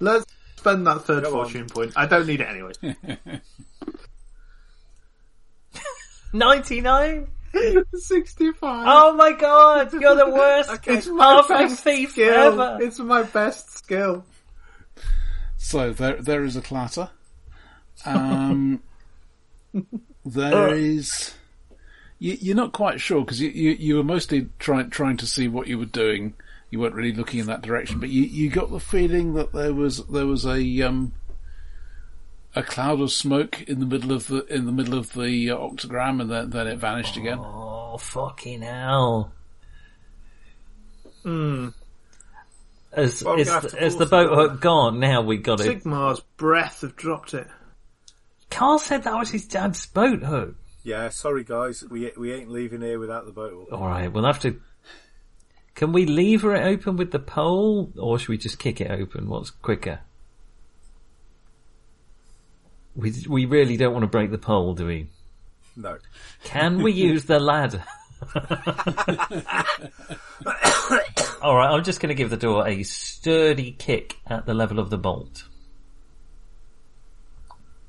Let's spend that third
Go on.
fortune point. I don't need it anyway.
Ninety nine.
65.
Oh my god, you're the worst
it's my
halfling
best
thief
skill.
ever.
It's my best skill.
So there, there is a clatter. Um, there is. You, you're not quite sure because you, you you were mostly trying trying to see what you were doing. You weren't really looking in that direction, but you, you got the feeling that there was there was a um a cloud of smoke in the middle of the in the middle of the uh, octagram, and then then it vanished again.
Oh fucking hell! Hmm. As
Well, we're
is,
gonna have to
is the
force
boat
the door.
hook gone? Now we got it.
Sigmar's breath have dropped it.
Carl said that was his dad's boat Oh, hook.
Yeah, sorry guys, we we ain't leaving here without the boat.
All right, we'll have to. Can we lever it open with the pole, or should we just kick it open? What's quicker? We we really don't want to break the pole, do we?
No,
Can we use the ladder? All right, I'm just going to give the door a sturdy kick at the level of the bolt.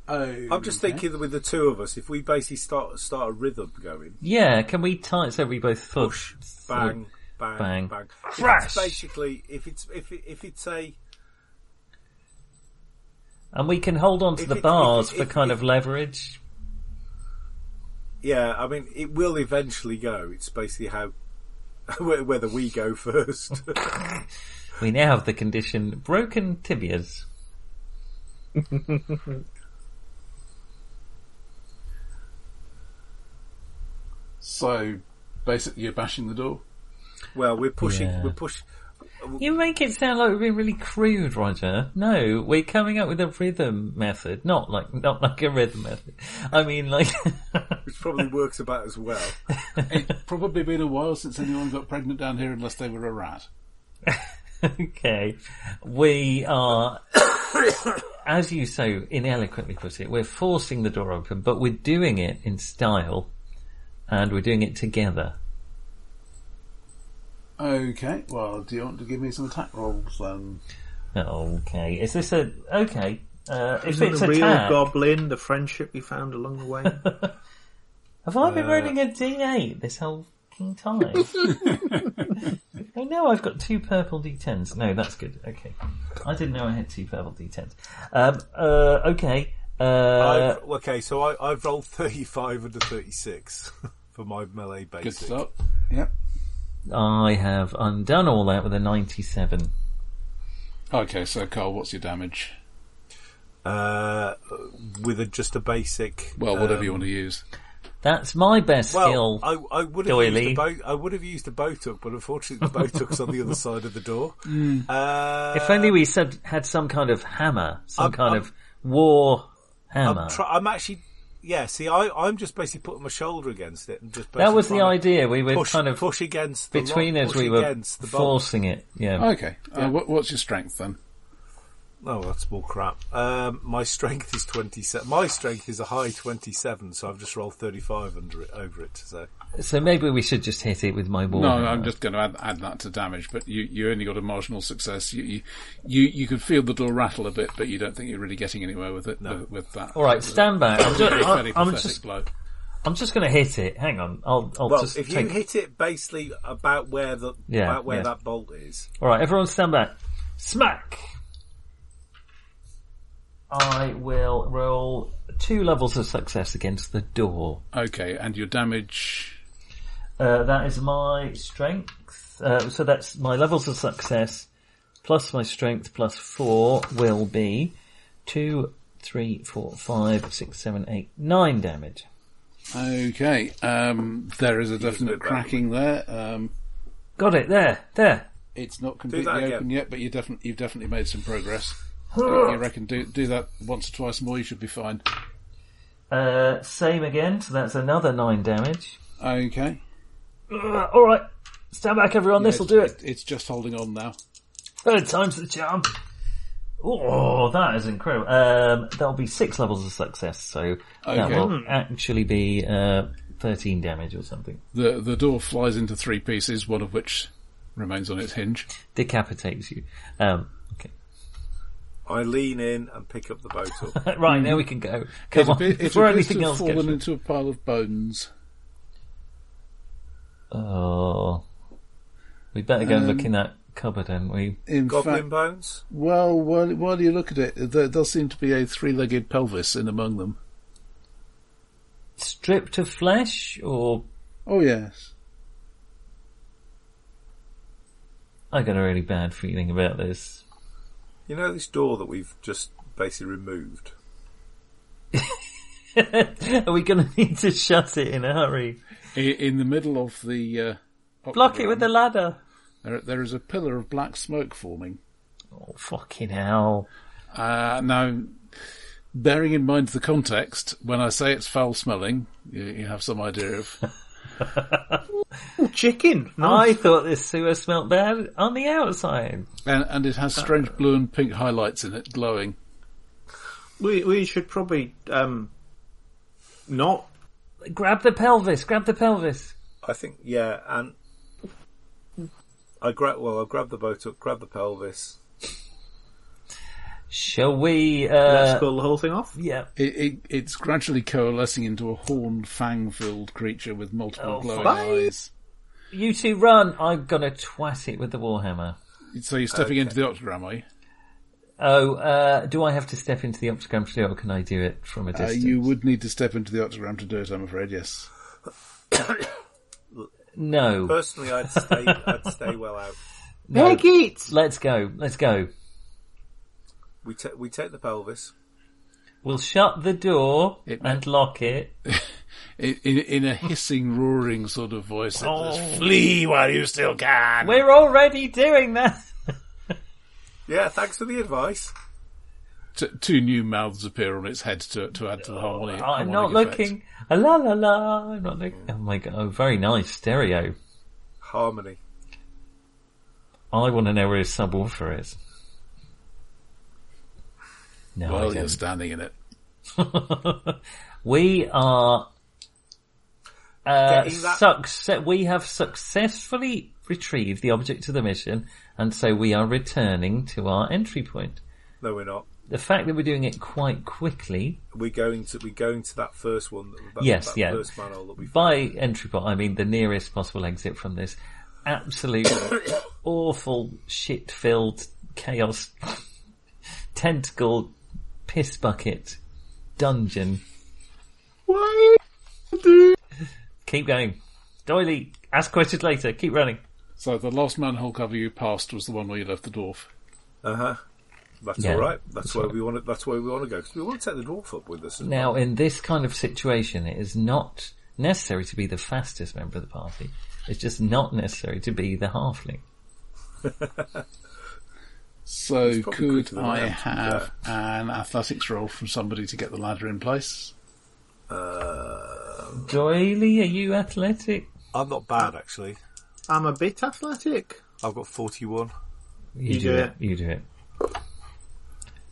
Oh,
I'm just thinking that with the two of us, if we basically start start a rhythm going,
Yeah, can we tie it so we both foot?
push, bang, bang,
Bang.
bang,
Crash!
If it's basically, if it's if it, if it's a
And we can hold on to
If
the
it- if
bars
it-
for
if
kind
it-
of leverage.
yeah, I mean, it will eventually go. It's basically how wh- whether we go first.
We now have the condition broken tibias.
So basically, you're bashing the door.
well, we're pushing.
Yeah.
We're pushing.
You make it sound like we're being really crude, Roger. No, we're coming up with a rhythm method, not like not like a rhythm method. I mean, like
Which probably works about as well.
Probably been a while since anyone got pregnant down here, unless they were a rat.
Okay. We are, as you so ineloquently put it, we're forcing the door open, but we're doing it in style and we're doing it together.
Okay, well, do you want to give me some attack rolls then?
Oh, Okay. Is this a, okay. Uh, if
Isn't
it's
the real
attack,
goblin the friendship we found along the way?
have I
Uh,
been rolling a d8 this whole fucking time? oh no, I've got two purple d10s. No, that's good. Okay. I didn't know I had two purple d10s. Um, uh, okay. Uh,
I've, okay, so I, I've rolled 35 under 36 for my melee
Good
basic.
start. Yep.
I have undone all that with a 97.
Okay, so Carl, what's your damage?
Uh, with a, just a basic.
Well, whatever
um,
you want to use.
That's my best skill.
Well, I, I would have
doily.
used the boat. I would have used the boat hook, but unfortunately, the boat hook's on the other side of the door. Uh,
if only we said, had some kind of hammer, some
I'm-
kind
I'm-
of war hammer.
I'm, try- I'm actually, yeah. See, I, I'm just basically putting my shoulder against it and just.
that was
basically
the
trying to
idea. We were
Push,
kind of
push against the
between
lock,
us.
push
We were
against the bolt.
forcing it. Yeah.
Okay, uh, what, what's your strength then?
Oh, that's more crap. Um, my strength is twenty-seven. My strength is a high twenty-seven, so I've just rolled thirty-five under it over it. So
So maybe we should just hit it with my war.
No,
hammer.
I'm just going to add, add that to damage, but you, you only got a marginal success. You, you you you can feel the door rattle a bit, but you don't think you're really getting anywhere with it. With, with that.
All right, stand back. I'm just,
It's a
I,
fairly
I'm
pathetic
just,
blow.
I'm just going to hit it. Hang on. I'll, I'll
well,
just
if you
take.
hit it basically about where the
Yeah,
about where
yeah.
that bolt is,
All right, everyone, stand back. Smack. I will roll two levels of success against the door.
Okay, and your damage.
Uh, that is my strength. Uh, so that's my levels of success plus my strength plus four will be two, three, four, five, six, seven, eight, nine damage.
Okay, um, there is a definite cracking there. Um,
Got it. There. There.
It's not completely
that again.
open yet, but you definitely you've definitely made some progress. you you reckon do do that once or twice more, you should be fine.
Uh, same again. So that's another nine damage.
Okay.
Uh, all right, stand back, everyone. this will do it.
It's just holding on now.
Third time's the charm. Oh, that is incredible. Um, there'll be six levels of success, so that
Okay.
will actually be uh, thirteen damage or something.
The the door flies into three pieces, one of which remains on its hinge.
Decapitates you. Um, okay.
I lean in and pick up the boat up.
Right, now we can go. Come on,
It,
before
appears to
anything
have
else
fallen
gets
into a pile of bones.
Oh. We better go and
Um,
look in that cupboard, haven't we?
In
Goblin
fact,
bones?
well, while, while you look at it, there does seem to be a three-legged pelvis in among them.
Stripped of flesh, or
Oh yes.
I got a really bad feeling about this.
You know this door that we've just basically removed?
Are we going to need to shut it in a hurry?
I- In the middle of the uh,
Block it with the ladder.
there, there is a pillar of black smoke forming.
Oh fucking hell!
Uh, now, bearing in mind the context, when I say it's foul smelling, you, you have some idea of.
Ooh, chicken.
I
Nice.
thought this sewer smelt bad on the outside.
And, and it has strange blue and pink highlights in it, glowing.
We we should probably um not.
Grab the pelvis. Grab the pelvis.
I think, yeah, and I grab, well, I grab the boat up, grab the pelvis.
Shall we?
Let's
Uh,
call the whole thing off.
yeah.
It, it, it's gradually coalescing into a horned, fang-filled creature with multiple
Oh,
glowing
bye.
eyes.
You two run. I'm gonna twat it with the warhammer.
So you're stepping into the octagram, are you?
Oh, uh, do I have to step into the octagram to do it, or can I do it from a
Uh,
distance?
you would need to step into the octagram to do it, I'm afraid. Yes.
No.
Personally, I'd stay, I'd stay well out.
No.
it.
Let's go. Let's go.
We, ta we take the pelvis.
We'll shut the door
It-
and lock it.
In, in, in a hissing, roaring sort of voice, it
Oh.
says, "Flee while you still can."
We're already doing that.
Yeah, thanks for the advice.
T- two new mouths appear on its head to to add to the harmony.
Oh, I'm
harmonic
not
effect.
looking. Ah, La la la. I'm not looking. Oh my god. Oh, very nice stereo.
Harmony.
I want to know where his subwoofer is. No, I
Well,
don't.
you're standing in it.
we are. Uh,
Getting that-
succe- we have successfully retrieved the object of the mission, and so we are returning to our entry point.
No, we're not.
The fact that we're doing it quite quickly
We're going to, we're going to that first one. That, that,
Yes,
that
yeah.
first manhole that we found.
by entry point, I mean the nearest possible exit from this absolute awful shit-filled chaos tentacle piss bucket dungeon. Keep going, doily. Ask questions later. Keep running.
So the last manhole cover you passed was the one where you left the dwarf.
Uh huh. That's
Yeah,
all right. That's, where we want to. That's where we want to go 'cause we want to take the dwarf up with us.
Now, in this kind of situation, it is not necessary to be the fastest member of the party. It's just not necessary to be the halfling.
So
probably quicker
could I
than I am, to be
have an athletics roll from somebody to get the ladder in place?
Uh,
Doily, are you athletic?
I'm not bad actually.
I'm a bit athletic.
I've got 41,
You, do
You do
it.
it.
You do it.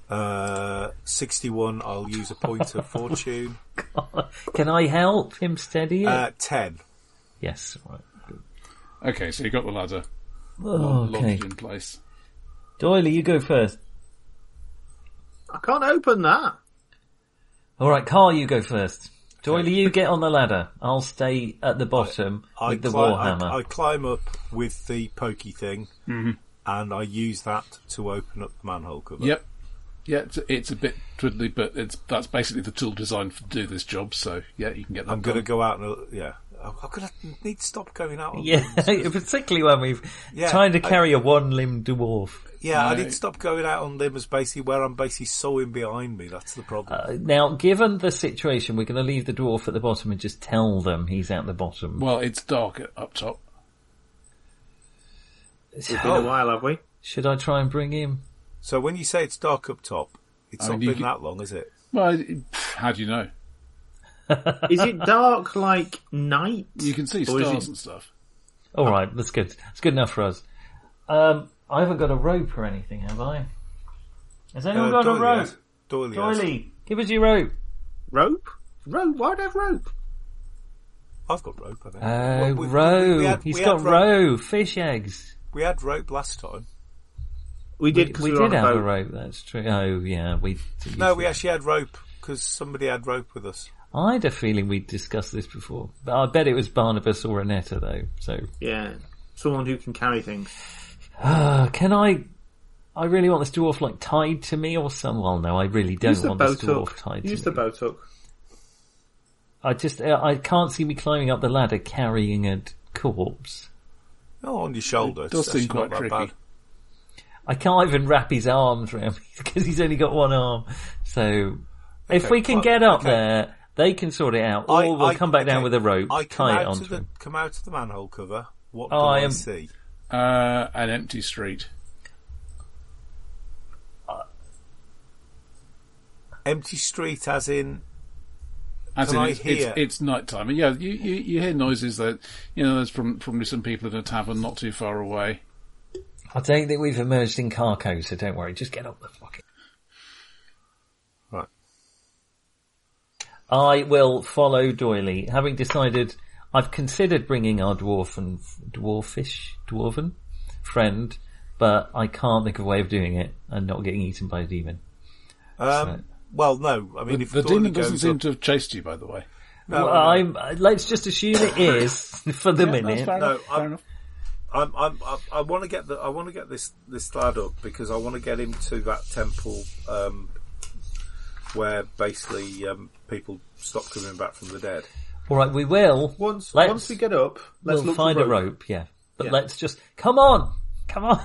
uh, 61. I'll use a point of fortune.
Can I help him steady it?
Uh, 10.
yes. Right.
Okay, so you got the ladder
Oh, okay.
lodged in place.
Doily, you go first.
I can't open that.
All right, Carl, you go first. Doily, you get on the ladder. I'll stay at the bottom with the
cli-
warhammer.
I, I climb up with the pokey thing,
Mm-hmm.
and I use that to open up the manhole cover.
Yep. Yeah, it's, it's a bit twiddly, but it's that's basically the tool designed to do this job. So yeah, you can get that.
I'm going to
done.
go out and yeah. I'm I'm gonna need to stop going out. on
yeah,
limbs.
particularly when we've
Yeah,
trying to
I-
carry a one-limbed dwarf.
yeah. I
No.
need to stop going out on limbs. Basically, where I'm basically sewing behind me. That's the problem.
Uh, now, given the situation, we're going to leave the dwarf at the bottom and just tell them he's at the bottom.
Well, it's dark at- up top.
It's been a
Oh.
while, have we?
Should I try and bring him?
so when you say it's dark up top, it's
I
not
mean, you
been
c-
that long, is it?
Well, it- pff, how do you know?
Is it dark like night?
You can see
Or is
stars
it-
and stuff.
Uh,
All right, that's good. That's good enough for us. Um, I haven't got a rope or anything, have I? Has
Uh,
anyone got a rope?
Doily. has.
Doily, give us your rope.
Rope? Rope? Why'd I have rope?
I've got rope, I think.
Oh,
Well, we-
roe.
we had-
He's
we
got
had rope.
roe. Fish eggs.
We had rope last time.
We did
we
were
did
on a
have a
boat.
rope. That's true. Oh yeah, we. did
No,
use
we
that.
actually had rope because somebody had rope with us.
I had a feeling we discussed this before, but I bet it was Barnabas or Annetta though. So,
Yeah. Someone who can carry things.
Ah, can I? I really want this dwarf like tied to me or some. Well, no, I really don't
Use the
want
boat
this dwarf
hook.
tied
Use
to
the
me.
boat hook.
I just, uh, I can't see me climbing up the ladder carrying a corpse.
Oh, on your shoulder. It
does seem quite
not that
tricky.
bad.
I can't even wrap his arms around me because he's only got one arm. So, if
Okay,
we can
well,
get up
okay.
there, they can sort it out, or
I-
we'll
I-
come back down
okay,
with a rope,
I come
tie it
out
onto
of the,
him.
Come out of the manhole cover. What
Oh,
do
I
I,
am-
see?
Uh, an empty street.
Empty street, as in
As
Can
in,
I
it's, it's,
hear-
it's night time. Yeah, you, you, you hear noises that, you know, there's prob- probably some people in a tavern not too far away.
I don't think we've emerged in Carco, so don't worry. Just get up the fucking.
Right.
I will follow Doily, having decided I've considered bringing our dwarf and dwarfish dwarven friend, but I can't think of a way of doing it and not getting eaten by a demon.
Um, Well, no. I mean,
The,
if
the
Thorny
demon doesn't
goes
seem
up-
to have chased you, by the way.
No,
well,
I know.
I'm, uh, let's just assume it is for the
Yeah, that's
minute.
fair
No,
enough, fair
I'm-
enough.
I'm, I'm, I, I want to get the, I want to get this this lad up because I want to get him to that temple um, where basically um, people stop coming back from the dead.
All right, we will.
Once
Let's-
once we get up, let's
we'll
look
find
for
a rope, yeah. But
Yeah.
let's just come on, come on.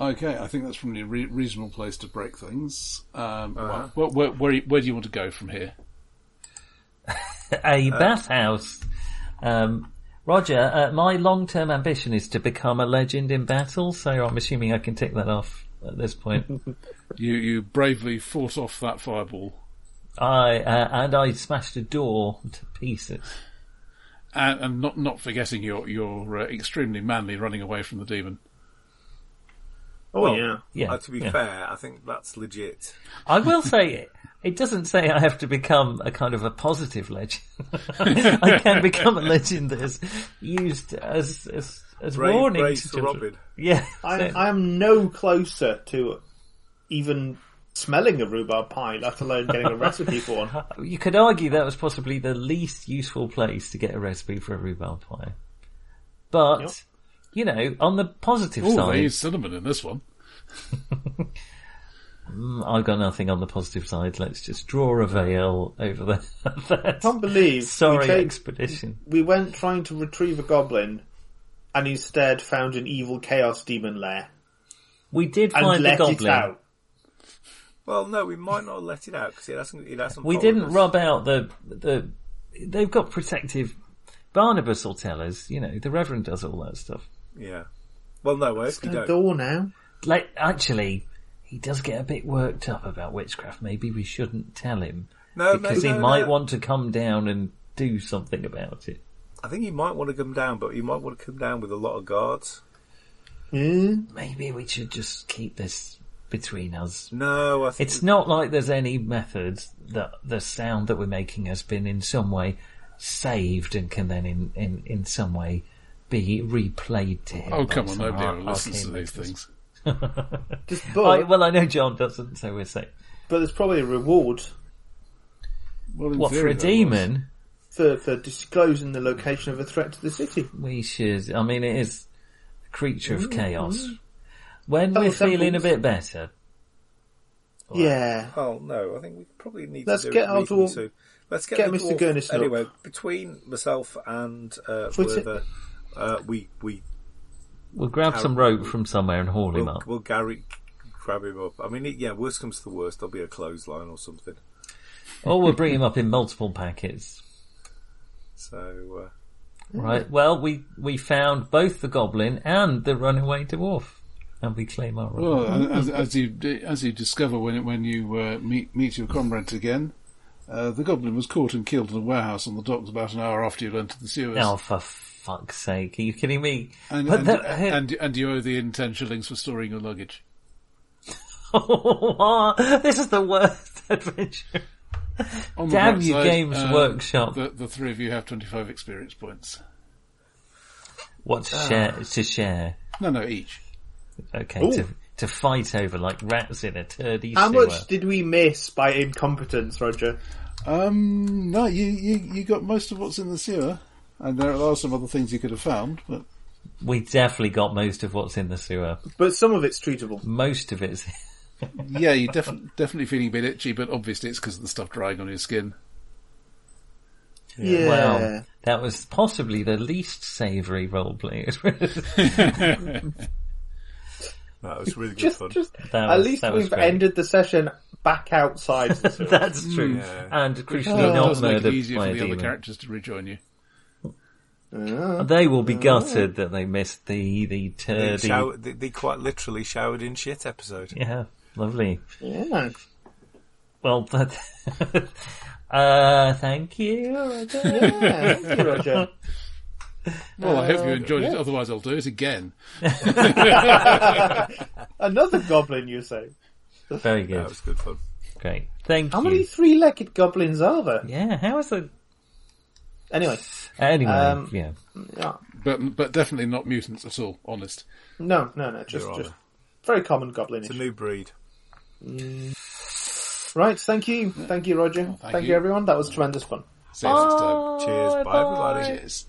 Okay, I think that's probably a re- reasonable place to break things. Um,
Uh-huh.
where, where, where, where do you want to go from here?
a bathhouse. Um, Roger, uh, my long-term ambition is to become a legend in battle, so I'm assuming I can tick that off at this point.
You, you bravely fought off that fireball.
I uh, and I smashed a door to pieces.
And, and not, not forgetting your, your uh, extremely manly running away from the demon.
Oh
Well,
yeah.
Yeah,
Uh, to be
yeah.
fair, I think that's legit.
I will say it doesn't say I have to become a kind of a positive legend. I can become a legend that is used as as, as
Brave,
warning
brave
to
Sir
children.
Robin.
Yeah,
I
so-
I am no closer to even smelling a rhubarb pie, let alone getting a recipe for one.
You could argue that was possibly the least useful place to get a recipe for a rhubarb pie. But,
Yep.
you know, on the positive
Oh, they
side,
use cinnamon in this one.
I've got nothing on the positive side. Let's just draw a veil over the, that
can't believe
sorry
we, take-
expedition.
we went trying to retrieve a goblin and instead found an evil chaos demon lair
We did
and
find the
let it
goblin.
out.
Well, no, we might not have let it out because it hasn't. It hasn't.
We
followed
didn't
us.
rub out the, the, they've got protective, Barnabas will tell us, you know, the Reverend does all that stuff.
Yeah. Well, no, I hope you
There's no
don't.
door now.
like actually he does get a bit worked up about witchcraft maybe we shouldn't tell him
No, no,
because he
no,
might
no.
want to come down and do something about it
I think he might want to come down, but he might want to come down with a lot of guards.
Hmm?
maybe we should just keep this between us
No, I think
it's not like there's any method that the sound that we're making has been in some way saved and can then in in, in some way be replayed to him
Oh,
by
come on,
some
nobody
ar-
ever listens to
arcane
these
methods.
things.
Just-
I,
but,
well i know john doesn't so we're safe
but there's probably a reward
Well, in
what for
theory
a
there was.
demon
for, for disclosing the location of a threat to the city.
We should. I mean, it is a creature of chaos. When
Oh,
we're
temples.
feeling a bit better,
Yeah.
Oh no, I think we probably need
Let's
to do
get
it
our
reasonably
dwarf-
soon. Let's get,
get
the
Mr.
dwarf-
Gurniston up.
Anyway, between myself and uh,
Put it-
whoever, uh, we we
we'll grab some rope from somewhere and haul him
will
up.
we'll Gary grab him up. I mean, it, yeah, worst comes to worst, there'll be a clothesline or something.
Or we'll bring him up in multiple packets.
So uh,
Right. Well, we, we found both the goblin and the runaway dwarf. And we claim our rope.
Well, as, as you as you discover when when you uh, meet meet your comrades again, Uh, the goblin was caught and killed in a warehouse on the docks about an hour after you entered the sewers.
Oh, for fuck's sake! Are you kidding me?
And,
but
and,
that- uh,
and, and you owe the inn 10 shillings for storing your luggage.
this is the worst adventure.
On the
Damn
bright
you,
side,
Games
uh,
Workshop!
The, the three of you have 25 experience points.
What to share? To share?
No, no, each.
Okay,
Ooh.
to to fight over like rats in a turdy
How
sewer.
much did we miss by incompetence, Roger?
Um, no, you, you, you got most of what's in the sewer. And there are some other things you could have found, but
We definitely got most of what's in the sewer.
But some of it's treatable.
Most of it's
yeah, you're defi- definitely feeling a bit itchy, but obviously it's because of the stuff drying on your skin.
Yeah.
Well, that was possibly the least savoury roleplay.
No, it was really good
just,
fun.
just
That
at
was-
least
that was
we've
great.
ended the session back outside. the sewer.
That's true.
Yeah.
And
It
crucially not
does make it
murdered
easier
by
for
a
the other
demon.
characters to rejoin you.
They will
Hmm.
be gutted that they missed the, the
They,
turdy.
shower, they, they quite literally showered in shit episode.
Yeah, lovely.
yeah.
Well, that, uh, thank you. Roger.
Yeah, thank you, Roger.
Well, I hope you enjoyed it. Otherwise, I'll do it again.
Another goblin, you say?
Very
That
good.
was good fun.
Great. Thank
How
you.
many three-legged goblins are there?
Yeah, how is it?
Anyway,
Anyway,
Um,
yeah.
yeah.
But but definitely not mutants at all. Honest.
no, no, no, just
There are
just
there.
very common goblin.
It's a new breed.
Right, thank you, thank you, Roger, thank, you.
you.
everyone. That was tremendous fun.
Oh.
See you next time.
Cheers. Bye, everybody.
Cheers.